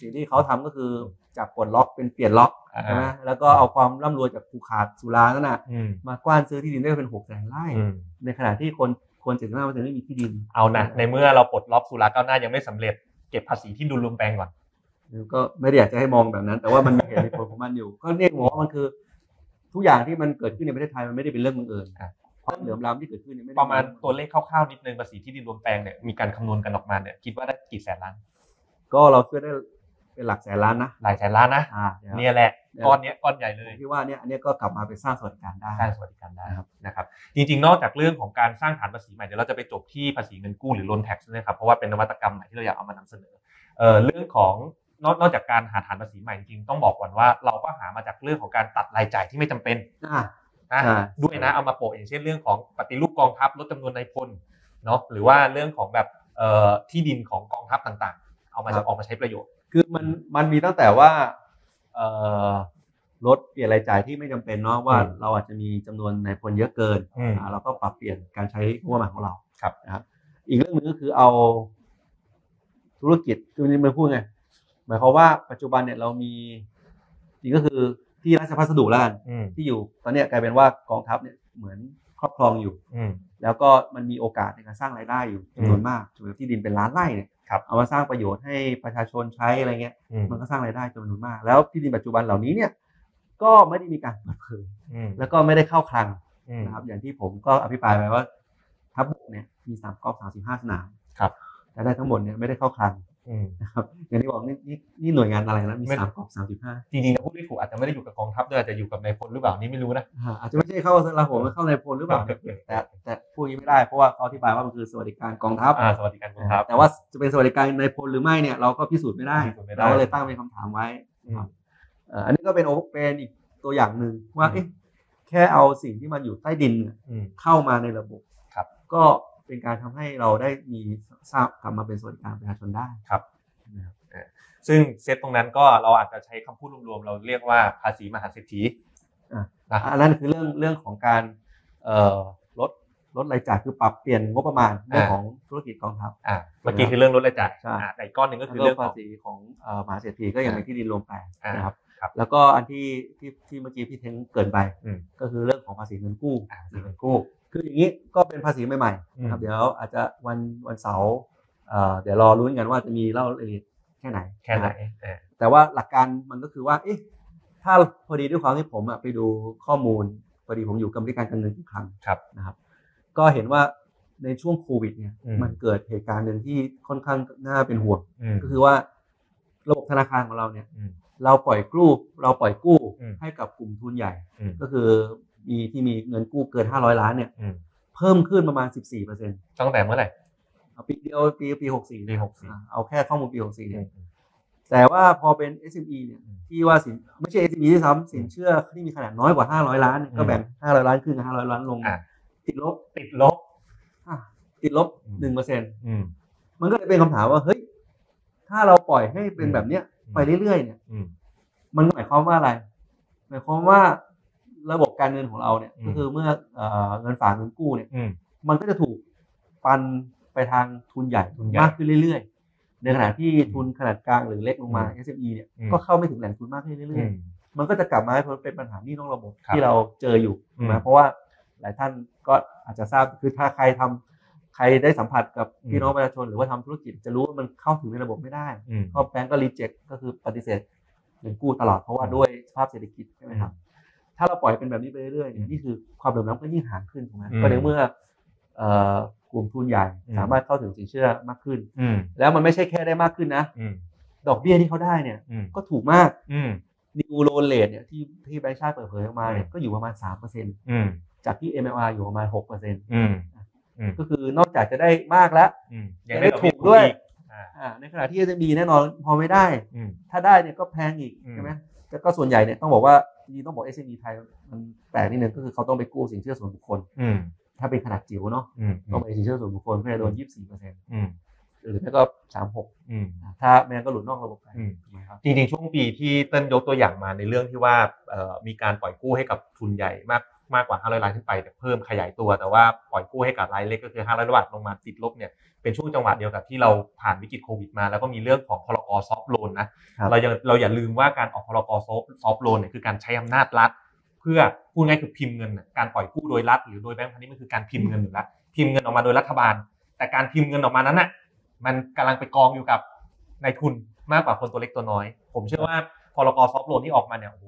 [SPEAKER 1] สิ่งที่เขาทำก็คือจากปลดล็อกเป็นเปลี่ยนล็อก
[SPEAKER 2] อ่า
[SPEAKER 1] ใช่ไหมแล้วก็เอาความร่ำรวยจากผูกขาดสุรานั่นน่ะ
[SPEAKER 2] อืม
[SPEAKER 1] มากว้านซื้อที่ดินได้เป็นหกแสนไร่
[SPEAKER 2] อืม
[SPEAKER 1] ในขณะที่คนคน75%ไม่มีที่ดิน
[SPEAKER 2] เอานะในเมื่อเราปลดล็อกสุราก้าวหน้ายังไม่สำเร็จ เก็บภาษีที่ดุลรวมแปลงก่อน
[SPEAKER 1] ก็ไม่ได้อยากจะให้มองแบบนั้น แต่ว่ามันมีเหตุมีผลของมันอยู่ ก็เรียกว่ามันคือ ทุกอย่างที่มันเกิดขึ้นในประเทศไทยมันไม่ได้เป็นเรื่องบังเอิญ
[SPEAKER 2] ครับ
[SPEAKER 1] ความเหลื่อมล้ำที่เกิดขึ้นเนี่ยไได้
[SPEAKER 2] ประมาณตัวเลขคร่าวๆนิดนึงภาษีที่ดินรวมแปลงเนี่ยมีการคำนวณกันออกมาเนี่ยคิดว่าได้กี่แสนล้าน
[SPEAKER 1] ก็เราช่วยได้เป็นหลักแสนล้านนะ
[SPEAKER 2] หลายแสนล้านนะ
[SPEAKER 1] อ่า
[SPEAKER 2] เนี่
[SPEAKER 1] เนี่ย
[SPEAKER 2] ยแหละก้อนเนี้ยก้อนใหญ่เลย
[SPEAKER 1] ที่ว่าเนี่ยอันเนี้ยก็กลับมาไปสร้างสวัสดิการได้
[SPEAKER 2] สร้างสวัสดิการได้
[SPEAKER 1] ครับ
[SPEAKER 2] นะครับจริงๆ นอกจากเรื่องของการสร้างฐานภาษีใหม่เดี๋ยวเราจะไปจบที่ภาษีเงินกู้หรือ loan tax นะครับเพราะว่าเป็นนวัตกรรมใหม่ที่เราอยากเอามานำเสนอเอ่อเรื่องของนอกนอกจากการหาฐานภาษีใหม่จริงๆต้องบอกก่อนว่าเราก็หามาจากเรื่องของการตัดรายจ่ายที่ไม่จำเป็น
[SPEAKER 1] อ่า
[SPEAKER 2] นะ
[SPEAKER 1] ใช่
[SPEAKER 2] ด้วยนะเอามาโปะอย่างเช่นเรื่องของปฏิรูปกองทัพลดจำนวนนายพลเนาะหรือว่าเรื่องของแบบเอ่อที่ดินของกองทัพต่างๆ เอามาจะออกมาใช้ประโยชน์
[SPEAKER 1] คือมันมันมีตั้งแต่ว่าเอ่อลดเปลี่ยนรายจ่ายที่ไม่จำเป็นเนาะว่า
[SPEAKER 2] อืม
[SPEAKER 1] เราอาจจะมีจำนวนในายพลเยอะเกิน
[SPEAKER 2] อืม
[SPEAKER 1] อ่าเราก็ปรับเปลี่ยนการใช้งบประมาณของเรา
[SPEAKER 2] ครับ
[SPEAKER 1] นะครับ อีกเรื่องหนึงก็คือเอาธุรกิจคือมันมันพูดไงหมายความว่าปัจจุบันเนี่ยเรามีจริงก็คือที่ราชพัสดุแล้วกัน
[SPEAKER 2] อืม
[SPEAKER 1] ที่อยู่ตอนเนี้ยกลายเป็นว่ากองทัพเนี่ยเหมือนครอบครองอยู่
[SPEAKER 2] อืม
[SPEAKER 1] แล้วก็มันมีโอกาสในการสร้างรายได้อยู่จำนวนมากจำนวนที่ดินเป็นล้านไร่เนี่ย
[SPEAKER 2] ครับ
[SPEAKER 1] เอามาสร้างประโยชน์ให้ประชาชนใช้อะไรเงี้ย
[SPEAKER 2] อืม
[SPEAKER 1] มันก็สร้างรายได้จำนวนมาก แล้วที่ดินปัจจุบันเหล่านี้เนี่ยก็ไม่ได้มีการเปิดเผย
[SPEAKER 2] อืม
[SPEAKER 1] แล้วก็ไม่ได้เข้าคลัง
[SPEAKER 2] อืม
[SPEAKER 1] นะครับ อย่างที่ผมก็อภิปรายไปว่าทัพบกเนี่ยมีสนามกอล์ฟสามสิบห้าสนาม
[SPEAKER 2] ครับ
[SPEAKER 1] แต่ได้ทั้งหมดเนี่ยไม่ได้เข้าคลัง
[SPEAKER 2] อืม
[SPEAKER 1] นะครับ อย่างที่บอกนี่นี่นี่หน่วยงานอะไรนะมี
[SPEAKER 2] ไม่
[SPEAKER 1] สนามกอล์ฟสามสิบห้า
[SPEAKER 2] จริงๆจะพูดไม่ถูกอาจจะไม่ได้อยู่กับกองทัพด้วยอาจจะอยู่กับนายพลหรือเปล่านี่ไม่รู้นะ
[SPEAKER 1] อาจจะไม่ใช่เข้าเราผมเข้าในพลหรือ เปล่าเนี่ยแต่แต่พูดอย่างนี้ไม่ได้เพราะว่าเขาอธิบายว่ามันคือสวัสดิการกองทัพ
[SPEAKER 2] อ่าสวัสดิการกองทัพ
[SPEAKER 1] แต่ว่าจะเป็นสวัสดิการในพลหรือไม่เนี่ยเราก็พิสูจน์ไม่ได้
[SPEAKER 2] พิสูจน์ไม่ได้
[SPEAKER 1] เราก็เลยตั้งเป็นคำถามไว้
[SPEAKER 2] อืม
[SPEAKER 1] เอ่ออันนี้ก็เป็นโอเป็นอีกตัวอย่างหนึ่งว่า
[SPEAKER 2] อืม
[SPEAKER 1] เอ๊ะแค่เอาสิ่งที่มันอยู่ใต้ดินเนี่ย
[SPEAKER 2] อืม
[SPEAKER 1] เข้ามาในระบบ
[SPEAKER 2] ครับ
[SPEAKER 1] ก็เป็นการทำให้เราได้มีทราบกลับมาเป็นส่วนกลางประชาชนได้
[SPEAKER 2] ครับ ซึ่งเซตตรงนั้นก็เราอาจจะใช้คำพูดรวมๆ เราเรียกว่าภาษีมหาเศรษฐี
[SPEAKER 1] อ่ะ
[SPEAKER 2] นะ
[SPEAKER 1] อันนั้นคือเรื่องเรื่องของการเอ่อลดลดรายจ่ายคือปรับเปลี่ยนงบประมาณเรื่องของธุรกิจกองทัพ
[SPEAKER 2] อ่ะเมื่อกี้คือเรื่องลดรายจ่าย
[SPEAKER 1] ใช่
[SPEAKER 2] อ่ะแต่อีกก้อนหนึ่งก็คือ
[SPEAKER 1] แล้ว
[SPEAKER 2] เรื่องข
[SPEAKER 1] ภา
[SPEAKER 2] อง
[SPEAKER 1] ษีของเอ่อมหาเศรษฐีก็ยังเป็นที่ดินรวมแปลง
[SPEAKER 2] อ่าน
[SPEAKER 1] นะครับ
[SPEAKER 2] ครับ
[SPEAKER 1] แล้วก็อันที่ที่ที่เมื่อกี้พี่เทงเกรินไป
[SPEAKER 2] อืม
[SPEAKER 1] ก็คือเรื่องของภาษีเงินกู้
[SPEAKER 2] อ่ะภาษีเงินกู้
[SPEAKER 1] คืออย่างนี้ก็เป็นภาษีใหม่ๆนะครับ
[SPEAKER 2] อืม
[SPEAKER 1] เดี๋ยวอาจจะวันวันเสาร์เอ่อเดี๋ยวรอรุ้นกันว่าจะมีเล่าละเอียดแค่ไหน
[SPEAKER 2] แค่ไหน
[SPEAKER 1] นะครับ
[SPEAKER 2] อ่ะ
[SPEAKER 1] แต่ว่าหลักการมันก็คือว่าเอ๊ะถ้าพอดีด้วยความที่ผมอะไปดูข้อมูลพอดีผมอยู่กรรมธิการการเงินทุกครั้ง
[SPEAKER 2] ครับ
[SPEAKER 1] นะครับ ก็เห็นว่าในช่วงโควิดเนี่ย
[SPEAKER 2] อืม
[SPEAKER 1] มันเกิดเหตุการณ์หนึ่งที่ค่อนข้างน่าเป็นห่วง
[SPEAKER 2] อืม
[SPEAKER 1] ก็คือว่าระบบธนาคารของเราเนี่ย
[SPEAKER 2] อืม
[SPEAKER 1] เราปล่อยกู้เราปล่อยกู้
[SPEAKER 2] อืม
[SPEAKER 1] ให้กับกลุ่มทุนใหญ่
[SPEAKER 2] อืม
[SPEAKER 1] ก็คือมีที่มีเงินกู้เกิน 500 ล้านเนี่ย
[SPEAKER 2] อืม
[SPEAKER 1] เพิ่มขึ้นประมาณ 14เปอร์เซ็นต์
[SPEAKER 2] ตั้งแต่เมื่อไหร่
[SPEAKER 1] ปีเดียวปีปี 64
[SPEAKER 2] ปี
[SPEAKER 1] นะ
[SPEAKER 2] หกสี่
[SPEAKER 1] อ่าเอาแค่ข้อมูลปี 64
[SPEAKER 2] อื
[SPEAKER 1] เนี่ย
[SPEAKER 2] ม
[SPEAKER 1] แต่ว่าพอเป็น SME เนี่ย
[SPEAKER 2] อืม
[SPEAKER 1] ที่ว่าสินไม่ใช่ SME ที่ซ้ำสินเชื่อที่มีขนาดน้อยกว่า 500 ล้านเนี่ย
[SPEAKER 2] อืม
[SPEAKER 1] ก็แบ่ง 500 ล้านขึ้นกับ 500 ล้านลง
[SPEAKER 2] อ่ะ
[SPEAKER 1] ติดลบ
[SPEAKER 2] ติดลบ
[SPEAKER 1] อ่ะติดลบ
[SPEAKER 2] อืม
[SPEAKER 1] 1เปอร์เซ็นต์
[SPEAKER 2] อืม
[SPEAKER 1] มันก็เลยเป็นคำถามว่า เฮ้ย ถ้าเราปล่อยให้เป็น
[SPEAKER 2] อืม
[SPEAKER 1] แบบเนี้ยไปเรื่อยๆเนี่ย
[SPEAKER 2] อืม
[SPEAKER 1] มันหมายความว่าอะไร หมายความว่าระบบการเงินของเราเนี่ย
[SPEAKER 2] อืม
[SPEAKER 1] ก็คือเมื่อเอ่อเงินฝากเงินกู้เนี่ย
[SPEAKER 2] อืม
[SPEAKER 1] มันก็จะถูกปันไปทางทุนใหญ่
[SPEAKER 2] ทุนใหญ่
[SPEAKER 1] มากขึ้นเรื่อยๆ ในขณะที่ทุนขนาดกลางหรือเล็กลงมา SME เนี่ย
[SPEAKER 2] อืม
[SPEAKER 1] ก็เข้าไม่ถึงแหล่งทุนมากขึ้น
[SPEAKER 2] อื
[SPEAKER 1] เรื่อย
[SPEAKER 2] ม
[SPEAKER 1] ๆ มันก็จะกลับมาให้เป็นปัญหาหนี้นอกระบบ
[SPEAKER 2] ครับ
[SPEAKER 1] ที่เราเจออยู่
[SPEAKER 2] อืม
[SPEAKER 1] นะเพราะว่าหลายท่านก็อาจจะทราบคือถ้าใครทำใครได้สัมผัสกับ
[SPEAKER 2] อืม
[SPEAKER 1] พี่น้องประชาชนหรือว่าทำธุรกิจจะรู้ว่ามันเข้าถึงในระบบไม่ได้
[SPEAKER 2] อืม
[SPEAKER 1] ก็แบงก์ก็รีเจ็คก็คือปฏิเสธเงินกู้ตลอดเพราะว่าด้วยสภาพเศรษฐกิจใช่ไหมครับ ถ้าเราปล่อยเป็นแบบนี้ไปเรื่อยๆเนี่ยนี่คือความเหลื่อมล้ำก็ยิ่งห่างขึ้นถูกไหม
[SPEAKER 2] อืม
[SPEAKER 1] ก็ในเมื่อเอ่อกลุ่มทุนใหญ่
[SPEAKER 2] อืม
[SPEAKER 1] สามารถเข้าถึงสินเชื่อมากขึ้น
[SPEAKER 2] อืม
[SPEAKER 1] แล้วมันไม่ใช่แค่ได้มากขึ้นนะ
[SPEAKER 2] อืม
[SPEAKER 1] ดอกเบี้ยที่เขาได้เนี่ย
[SPEAKER 2] อืม
[SPEAKER 1] ก็ถูกมาก
[SPEAKER 2] อืม
[SPEAKER 1] นิวโลนเลทเนี่ยที่ที่แบงก์ชาติเปิดเผยออกมาเนี่ย
[SPEAKER 2] อืม
[SPEAKER 1] ก็อยู่ประมาณ 3%
[SPEAKER 2] อืม
[SPEAKER 1] จากที่ MLR อยู่ประมาณ 6%
[SPEAKER 2] อืม
[SPEAKER 1] ก็คือนอกจากจะได้มากแล้ว
[SPEAKER 2] อืม
[SPEAKER 1] ยังได้ถูกด้วย
[SPEAKER 2] อีกอ่า
[SPEAKER 1] อ่าในขณะที่ SME แน่นอนพอไม่ได้
[SPEAKER 2] อืม
[SPEAKER 1] ถ้าได้เนี่ยก็แพงอีก
[SPEAKER 2] อืม
[SPEAKER 1] ใช่ไหมแต่ก็ส่วนใหญ่เนี่ยต้องบอกว่าจริงๆต้องบอก SME ไทยมันแปลกนิดนึงก็คือเขาต้องไปกู้สินเชื่อส่วนบุคคล
[SPEAKER 2] อืม
[SPEAKER 1] ถ้าเป็นขนาดจิ๋วเนาะ
[SPEAKER 2] อืม
[SPEAKER 1] ต้องไปสินเชื่อส่วนบุคคลก็จะโดน 24เปอร์เซ็นต์
[SPEAKER 2] อืม
[SPEAKER 1] หรือไม่ก็ 36
[SPEAKER 2] อืม
[SPEAKER 1] นะถ้าไม่งั้นก็หลุดนอกระบบไป
[SPEAKER 2] อืม
[SPEAKER 1] ถูกไหมครับ
[SPEAKER 2] จริงๆ ช่วงปีที่เต้นยกตัวอย่างมาในเรื่องที่ว่าเอ่อมีการปล่อยกู้ให้กับทุนใหญ่มากมากกว่า 500 ล้านขึ้นไปแต่เพิ่มขยายตัว แต่ว่าปล่อยกู้ให้กับรายเล็กก็คือ 500 ล้านลงมาติดลบเนี่ยเป็นช่วงจังหวะเดียวกับที่เราผ่านวิกฤตโควิดมา แล้วก็มีเรื่องของพรกซอฟโลนนะครับ เราอย่าเราอย่าลืมว่าการออกพรกซอฟซอฟโลนเนี่ยคือการใช้อำนาจรัฐ เพื่อพูดง่ายคือพิมพ์เงินน่ะการปล่อยกู้โดยรัฐหรือโดยแบงก์พาณิชย์มันคือการพิมพ์เงินอยู่แล้วพิมพ์เงินออกมาโดยรัฐบาล แต่การพิมพ์เงินออกมานั้นน่ะมันกำลังไปกองอยู่กับ นายทุนมากกว่าคนตัวเล็กตัวน้อย ผมเชื่อว่าพรกซอฟต์โลนที่ออกมาเนี่ยโอ้โห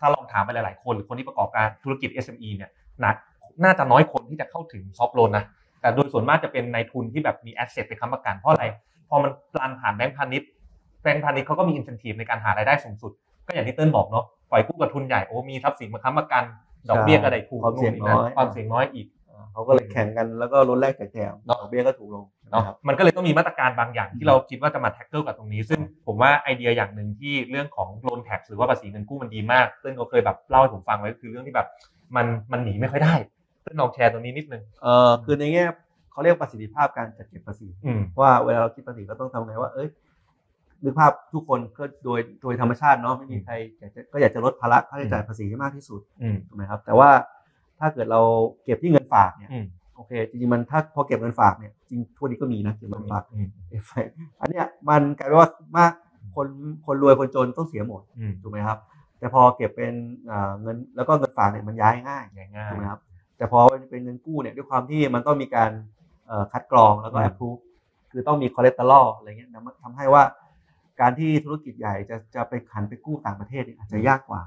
[SPEAKER 2] ถ้าลองถามไปหลาย ๆ คนหรือคนที่ประกอบการธุรกิจ SME เนี่ยหนักน่าจะน้อยคนที่จะเข้าถึงซอฟต์โลนนะแต่โดยส่วนมากจะเป็นนายทุนที่แบบมีแอสเซทเป็นค้ำประกันเพราะอะไร พอมันรันผ่านแบงก์พาณิชย์แบงก์พาณิชย์เขาก็มีอินสันティブในการหารายได้สูงสุด ก็อย่างที่เติ้ลบอกเนาะปล่อยกู้กับทุนใหญ่โอ้มีทรัพย์สินมาค้ำประกันดอกเบี้ยก็ได้ถูก
[SPEAKER 1] ความเสี่ยง
[SPEAKER 2] นู่นนี่
[SPEAKER 1] น้
[SPEAKER 2] นั่น
[SPEAKER 1] อย
[SPEAKER 2] ความเสี่ยงน้อยอีก
[SPEAKER 1] เขาก็เลยแข่งกันแล้วก็ลดแลกแจกแถมดอกเบี้ยก็ถูกลง
[SPEAKER 2] เนาะ
[SPEAKER 1] ครับ
[SPEAKER 2] มันก็เลยต้องมีมาตรการบางอย่าง
[SPEAKER 1] อืม
[SPEAKER 2] ที่เราคิดว่าจะมาแท็กเกิลกับตรงนี้ ซึ่งผมว่าไอเดียอย่างหนึ่งที่เรื่องของโลนแท็กหรือว่าภาษีเงินกู้มันดีมากซึ่งเขาเคยแบบเล่าให้ผมฟังไว้ก็คือเรื่องที่แบบมันมันหนีไม่ค่อยได้ซึ่งลองแชร์ตรงนี้นิดนึง
[SPEAKER 1] เออคือในแง่เขาเรียกประสิทธิภาพการจัดเก็บภาษี
[SPEAKER 2] อืม
[SPEAKER 1] ว่าเวลาเราคิดภาษีก็ต้องทำไงว่า เอ้ยนึกภาพทุกคนก็โดยโดยธรรมชาติเนาะไม่มีใครอยากจะก็อยากจะลดภาระค่าใช้จ่ายภาษีให้มากที่สุด
[SPEAKER 2] อืม
[SPEAKER 1] ถูกไหมครับ แต่ว่าถ้าเกิดเราเก็บที่เงินฝากเนี่ย
[SPEAKER 2] อืม
[SPEAKER 1] โอเคจริงๆมันถ้าพอเก็บเงินฝากเนี่ยจริงทั่วนี้ก็มีนะเก็บเงินฝาก
[SPEAKER 2] อืม
[SPEAKER 1] เอฟไออันเนี้ยมันกลายเป็นว่ามากคนคนรวยคนจนต้องเสียหมด
[SPEAKER 2] อืม
[SPEAKER 1] ถูกไหมครับ แต่พอเก็บเป็นอ่าเงินแล้วก็เงินฝากเนี่ยมันย้ายง่าย
[SPEAKER 2] ง่ายง่าย
[SPEAKER 1] ถูกไหมครับแต่พอเป็นเงินกู้เนี่ยด้วยความที่มันต้องมีการเอ่อคัดกรองแล้วก็
[SPEAKER 2] อืม
[SPEAKER 1] แอปพูฟคือต้องมีคอเลสเตอรอลอะไรเงี้ยนะมันทำให้ว่าการที่ธุรกิจใหญ่จะจะไปขันไปกู้ต่างประเทศเนี่ยอาจจะยากกว่า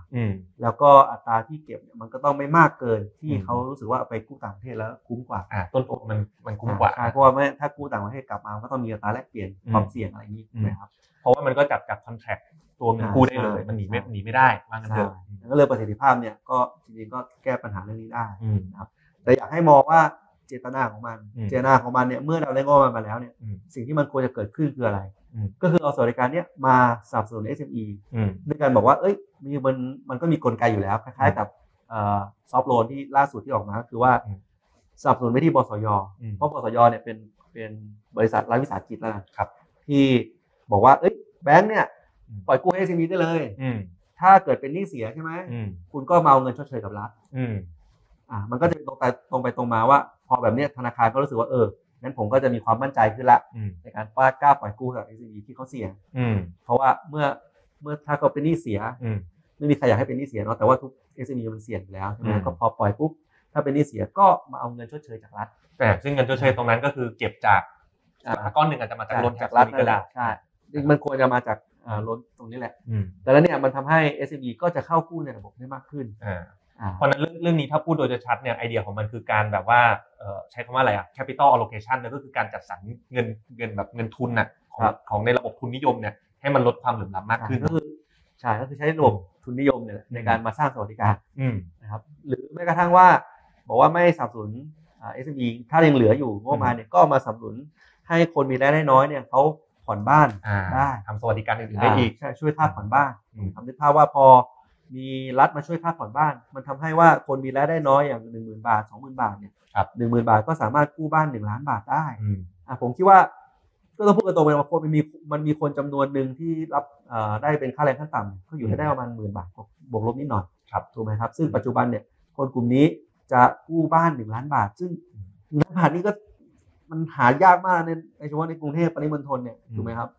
[SPEAKER 1] แล้วก็อัตราที่เก็บเนี่ยมันก็ต้องไม่มากเกินที่
[SPEAKER 2] อืม
[SPEAKER 1] เขารู้สึกว่าเอาไปกู้ต่างประเทศแล้วคุ้มกว่า
[SPEAKER 2] อ่าต้นทุนมันมันคุ้มกว่า
[SPEAKER 1] ใช่เพราะว่าไม่ถ้ากู้ต่างประเทศกลับมามันก็ต้องมีอัตราแลกเปลี่ยน
[SPEAKER 2] อืม
[SPEAKER 1] ความเสี่ยงอะไรอย่างนี้ถูกไหมครับ
[SPEAKER 2] เพราะว่ามันก็จับจากคอนแทคตัวเงินกู้ได้เลย
[SPEAKER 1] อ่ามั
[SPEAKER 2] มันหนีไม่
[SPEAKER 1] ใช่
[SPEAKER 2] หนีไม่ได้ว่างั้น
[SPEAKER 1] ใช่
[SPEAKER 2] เถอะ
[SPEAKER 1] แล้วก็เรื่องประสิทธิภาพเนี่ยก็จริงๆก็แก้ปัญหาเรื่องนี้ได้
[SPEAKER 2] อืม
[SPEAKER 1] แต่อยากให้มองว่าเจตนาของมัน
[SPEAKER 2] อืม
[SPEAKER 1] เจตนาของมันเนี่ยเมื่อเราได้งบประมาณมาแล้วเนี่ย
[SPEAKER 2] อืม
[SPEAKER 1] สิ่งที่มันควรจะเกิดขึ้นคืออะไร
[SPEAKER 2] อืม
[SPEAKER 1] ก็คือเอาสวัสดิการเนี่ยมาสนับสนุน SME
[SPEAKER 2] อืม
[SPEAKER 1] ด้วยการบอกว่าเอ้ยมีมันมันก็มีกลไกอยู่แล้ว คล้ายๆกับซอฟโลนที่ล่าสุดที่ออกมาก็คือว่า
[SPEAKER 2] อืม
[SPEAKER 1] สนับสนุนไปที่บสย
[SPEAKER 2] อืม
[SPEAKER 1] เพราะบสยเนี่ยเป็นเป็นบริษัทรัฐวิสาหกิจแล้วนะครับ ที่บอกว่าเอ้ยแบงค์เนี่ย
[SPEAKER 2] อืม
[SPEAKER 1] ปล่อยกู้ให้ SME ได้เลย
[SPEAKER 2] อืม
[SPEAKER 1] ถ้าเกิดเป็นหนี้เสียใช่ไหม
[SPEAKER 2] อืม
[SPEAKER 1] คุณก็มาเอาเงินชดเชยกับรัฐ
[SPEAKER 2] อืม
[SPEAKER 1] อ่ะมันก็จะตรงไปตรงไปตรงมาว่า พอแบบเนี้ยธนาคารก็รู้สึกว่าเอองั้นผมก็จะมีความมั่นใจขึ้นละ
[SPEAKER 2] อืม
[SPEAKER 1] ในการว่ากล้าปล่อยกู้กับ s อ b ที่เขาเสี่ยง
[SPEAKER 2] อืม
[SPEAKER 1] เพราะว่าเมื่อเมื่อถ้าเขาเป็นหนี้เสีย
[SPEAKER 2] อืม
[SPEAKER 1] ไม่มีใครอยากให้เป็นหนี้เสียเนาะแต่ว่าทุก s อ b มันเสี่ยงอยู่แล้วใช่ไหม
[SPEAKER 2] อืม
[SPEAKER 1] ก็พอปล่อยปุ๊บถ้าเป็นหนี้เสียก็มาเอาเงินชดเชยจากรัฐ
[SPEAKER 2] แต่ซึ่งเงินชดเชยตรงนั้นก็คือเก็บจาก
[SPEAKER 1] อ่า
[SPEAKER 2] อ่าก้อนหนึ่งอาจจะมาจากโลน
[SPEAKER 1] จากรัฐ
[SPEAKER 2] ก็
[SPEAKER 1] นั่นแห
[SPEAKER 2] ได้
[SPEAKER 1] ละใช่จริงมันควรจะมาจากอ่าลดตรงนี้แหละ
[SPEAKER 2] อืม
[SPEAKER 1] แต่แล้วเนี่ยมันทำให้ s อ b ก็จะเข้ากู้ในระบบได้มากขึ้น
[SPEAKER 2] อ่า
[SPEAKER 1] อ่า
[SPEAKER 2] เพราะฉะนั้นเรื่องเรื่องนี้ถ้าพูดโดยจะชัดเนี่ยไอเดียของมันคือการแบบว่าเอ่อใช้คำว่าอะไรอะ capital allocation เนี่ยก็คือการจัดสรรเงินเงินแบบเงินทุนน่ะของของในระบบทุนนิยมเนี่ยให้มันลดความเหลื่อมล้ำมากขึ้น
[SPEAKER 1] ก็คือใช่ก็คือใช้ระบบทุนนิยมเนี่ยแหละในการมาสร้างสวัสดิการ
[SPEAKER 2] อืม
[SPEAKER 1] นะครับหรือแม้กระทั่งว่าบอกว่าไม่สนับสนุนเอสเอ็มอีถ้ายังเหลืออยู่งบประมาณเนี่ยก็มาสนับสนุนให้คนมีรายได้น้อยเนี่ยเขาผ่อนบ้าน
[SPEAKER 2] อ่า
[SPEAKER 1] ได้
[SPEAKER 2] ทำสวัสดิการอื่นๆได้อีก
[SPEAKER 1] ใช่ช่วยค่าผ่อนบ้าน
[SPEAKER 2] อืม
[SPEAKER 1] ทำนึกภาพว่าพอมีรัฐมาช่วยค่าผ่อนบ้าน มันทำให้ว่าคนมีรายได้น้อยอย่างหนึ่งหมื่นบาทสองหมื่นบาทเนี่ย
[SPEAKER 2] ครับ
[SPEAKER 1] หนึ่งหมื่นบาทก็สามารถกู้บ้านหนึ่งล้านบาทได้
[SPEAKER 2] อืม
[SPEAKER 1] อ่ะผมคิดว่าก็ต้องพูดกันตรงไปว่าคนมันมีมันมีคนจำนวนหนึ่งที่รับเอ่อได้เป็นค่าแรงขั้นต่ำเขาอยู่ให้ได้ประมาณหมื่นบาทบวกลบนิดหน่อย
[SPEAKER 2] ครับ
[SPEAKER 1] ถูกไหมครับ ซึ่งปัจจุบันเนี่ยคนกลุ่มนี้จะกู้บ้านหนึ่งล้านบาท ซึ่งหนึ่งล้านบาทนี่ก็มันหายากมากในในเฉพาะในกรุงเทพปริมณฑลเนี่ยถูกไหมครับ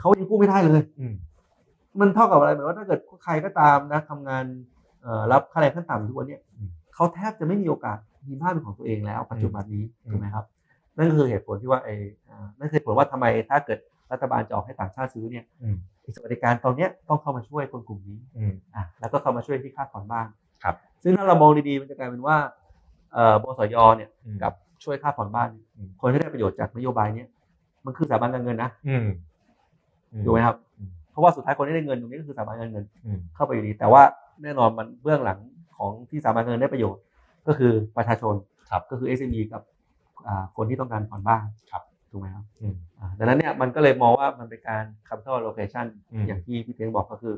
[SPEAKER 1] เขายังกู้ไม่ได้เลย
[SPEAKER 2] อืม
[SPEAKER 1] มันเท่ากับอะไรหมายว่าถ้าเกิดใครก็ตามนะทำงานเอ่อรับค่าแรงขั้นต่ำทุกวันเนี่ยเขาแทบจะไม่มีโอกาสมีบ้านเป็นของตัวเองแล้ว ปัจจุบันนี้ถูกไหมครับ นั่นก็คือเหตุผลที่ว่าไอ้อ่านั่นคือเหตุผลว่าทำไมถ้าเกิดรัฐบาลจะออกให้ต่างชาติซื้อเนี่ย
[SPEAKER 2] อืม
[SPEAKER 1] ไอ้สวัสดิการตอนเนี้ยต้องเข้ามาช่วยคนกลุ่มนี้
[SPEAKER 2] อืม
[SPEAKER 1] อ่ะแล้วก็เข้ามาช่วยที่ค่าผ่อนบ้าน
[SPEAKER 2] ครับ
[SPEAKER 1] ซึ่งถ้าเรามองดีๆ มันจะกลายเป็นว่าเอ่อบสยเนี่ย
[SPEAKER 2] อืม
[SPEAKER 1] กับช่วยค่าผ่อนบ้านเนี่ย
[SPEAKER 2] อืม
[SPEAKER 1] คนที่ได้ประโยชน์จากนโยบายเนี้ยมันคือสถาบันการเงินนะ
[SPEAKER 2] อืม
[SPEAKER 1] ถูกไหมครับ
[SPEAKER 2] อืม
[SPEAKER 1] เพราะว่าสุดท้ายคนที่ได้เงินตรงนี้ก็คือสถาบันการเงิน
[SPEAKER 2] อืม
[SPEAKER 1] เข้าไปอยู่ดี แต่ว่าแน่นอนมันเบื้องหลังของที่สถาบันการเงินได้ประโยชน์ ก็คือประชาชน
[SPEAKER 2] ครับ
[SPEAKER 1] ก็คือ SME กับอ่าคนที่ต้องการผ่อนบ้าน
[SPEAKER 2] ครับ
[SPEAKER 1] ถูกไหมครับ
[SPEAKER 2] อืม
[SPEAKER 1] อ่าดังนั้นเนี่ยมันก็เลยมองว่ามันเป็นการ capital allocation
[SPEAKER 2] อืม
[SPEAKER 1] อย่างที่พี่เพียงบอกก็คือ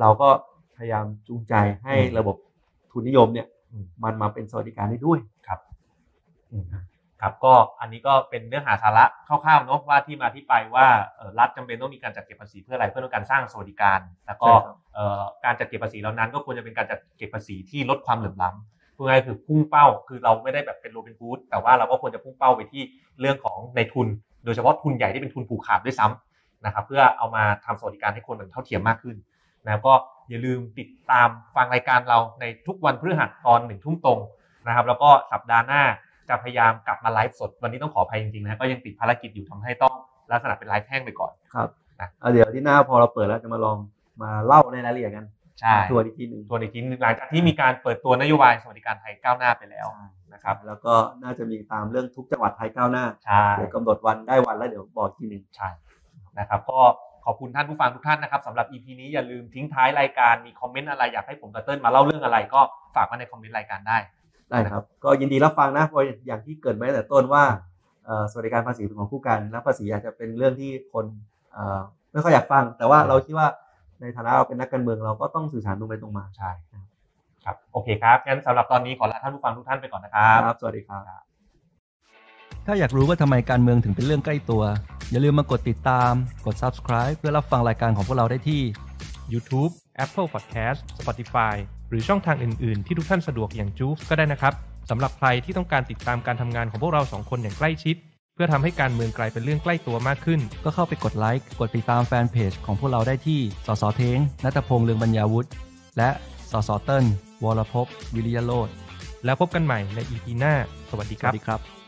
[SPEAKER 1] เราก็พยายามจูงใจให้ระบบทุนนิยมเนี่ย
[SPEAKER 2] อืม
[SPEAKER 1] มันมาเป็นสวัสดิการได้ด้วย
[SPEAKER 2] ครับก็อันนี้ก็เป็นเนื้อหาสาระคร่าวๆเนาะว่าที่มาที่ไปว่าเอ่อรัฐจำเป็นต้องมีการจัดเก็บภาษีเพื่ออะไรเพื่อต้องการสร้างสวัสดิการ แล้วก็
[SPEAKER 1] ใช่ครับ
[SPEAKER 2] เอ่อการจัดเก็บภาษีเหล่านั้น ก็ควรจะเป็นการจัดเก็บภาษีที่ลดความเหลื่อมล้ำพูดง่ายๆคือพุ่งเป้าคือเราไม่ได้แบบเป็นโรบินฮูดแต่ว่าเราก็ควรจะพุ่งเป้าไปที่เรื่องของในทุน โดยเฉพาะทุนใหญ่ที่เป็นทุนผูกขาดด้วยซ้ำนะครับเพื่อเอามาทำสวัสดิการให้คนมันเท่าเทียมมากขึ้น นะครับก็อย่าลืมติดตามฟังรายการเราในทุกวันพฤหัสตอนหนึ่งทุ่มตรงนะครับ แล้วก็สัปดาห์หน้าจะพยายามกลับมาไลฟ์สด วันนี้ต้องขออภัยจริงๆนะก็ยังติดภารกิจอยู่ทำให้ต้องลักษณะเป็นไลฟ์แห้งไปก่อน
[SPEAKER 1] ครับ
[SPEAKER 2] นะ
[SPEAKER 1] เอาเดี๋ยวที่หน้าพอเราเปิดแล้วจะมาลองมาเล่าในรายละเอียดกัน
[SPEAKER 2] ใช่
[SPEAKER 1] ทัวร์อีกทีหนึ่ง
[SPEAKER 2] ทวนอีกทีหนึงหลังจากที่มีการเปิดตัวนโยบายสวัสดิการไทยก้าวหน้าไปแล้วนะครับ
[SPEAKER 1] แล้วก็น่าจะมีตามเรื่องทุกจังหวัดไทยก้าวหน้า
[SPEAKER 2] ใช่
[SPEAKER 1] เดี๋ยวกำหนดวันได้วันแล้วเดี๋ยวบอกอีกทีหนึ่ง
[SPEAKER 2] ใช่นะครับก็ขอบคุณท่านผู้ฟังทุกท่านนะครับสำหรับ EP นี้อย่าลืมทิ้งท้ายรายการมีคอมเมนต์อะไรอยากให้ผมกับเติ้ลมาเล่าเรื่องอะไร ก็ฝากมาในคอมเมนต์รายการได้
[SPEAKER 1] ได้ครับ ก็ยินดีรับฟังนะเพราะอย่างที่เกริดมาตั้งแต่ต้นว่าเอ่อสวัสดิการภาษีเป็นของคู่กันและภาษีอาจจะเป็นเรื่องที่คนเอ่อไม่ค่อยอยากฟัง แต่ว่าเราคิดว่าในฐานะเราเป็นนักการเมืองเราก็ต้องสื่อสารตรงไปตรงมา
[SPEAKER 2] ใช่ครับโอเคครับงั้นสำหรับตอนนี้ขอลาท่านผู้ฟังทุกท่านไปก่อนนะครับ
[SPEAKER 1] ครับสวัสดีครับ
[SPEAKER 3] ถ้าอยากรู้ว่าทำไมการเมืองถึงเป็นเรื่องใกล้ตัว อย่าลืมมากดติดตาม กด subscribe เพื่อรับฟังรายการของพวกเราได้ที่
[SPEAKER 4] YouTube, Apple Podcast, Spotify หรือช่องทางอื่น ๆ ที่ทุกท่านสะดวกอย่างจูฟก็ได้นะครับ สำหรับใครที่ต้องการติดตามการทำงานของพวกเราสองคนอย่างใกล้ชิด เพื่อทำให้การเมืองกลายเป็นเรื่องใกล้ตัวมากขึ้น
[SPEAKER 3] ก็เข้าไปกดไลค์ กดติดตามแฟนเพจของพวกเราได้ที่ สสเทงนัตพงษ์เลืองบรรยาวุฒิ และ สสเติ้ลวรภพวิริยโรธ
[SPEAKER 4] แล้วพบกันใหม่ใน EP หน้า สวัสดี
[SPEAKER 3] ส
[SPEAKER 4] ค
[SPEAKER 3] วั
[SPEAKER 4] รั
[SPEAKER 3] ส
[SPEAKER 4] บ
[SPEAKER 3] ดีครับ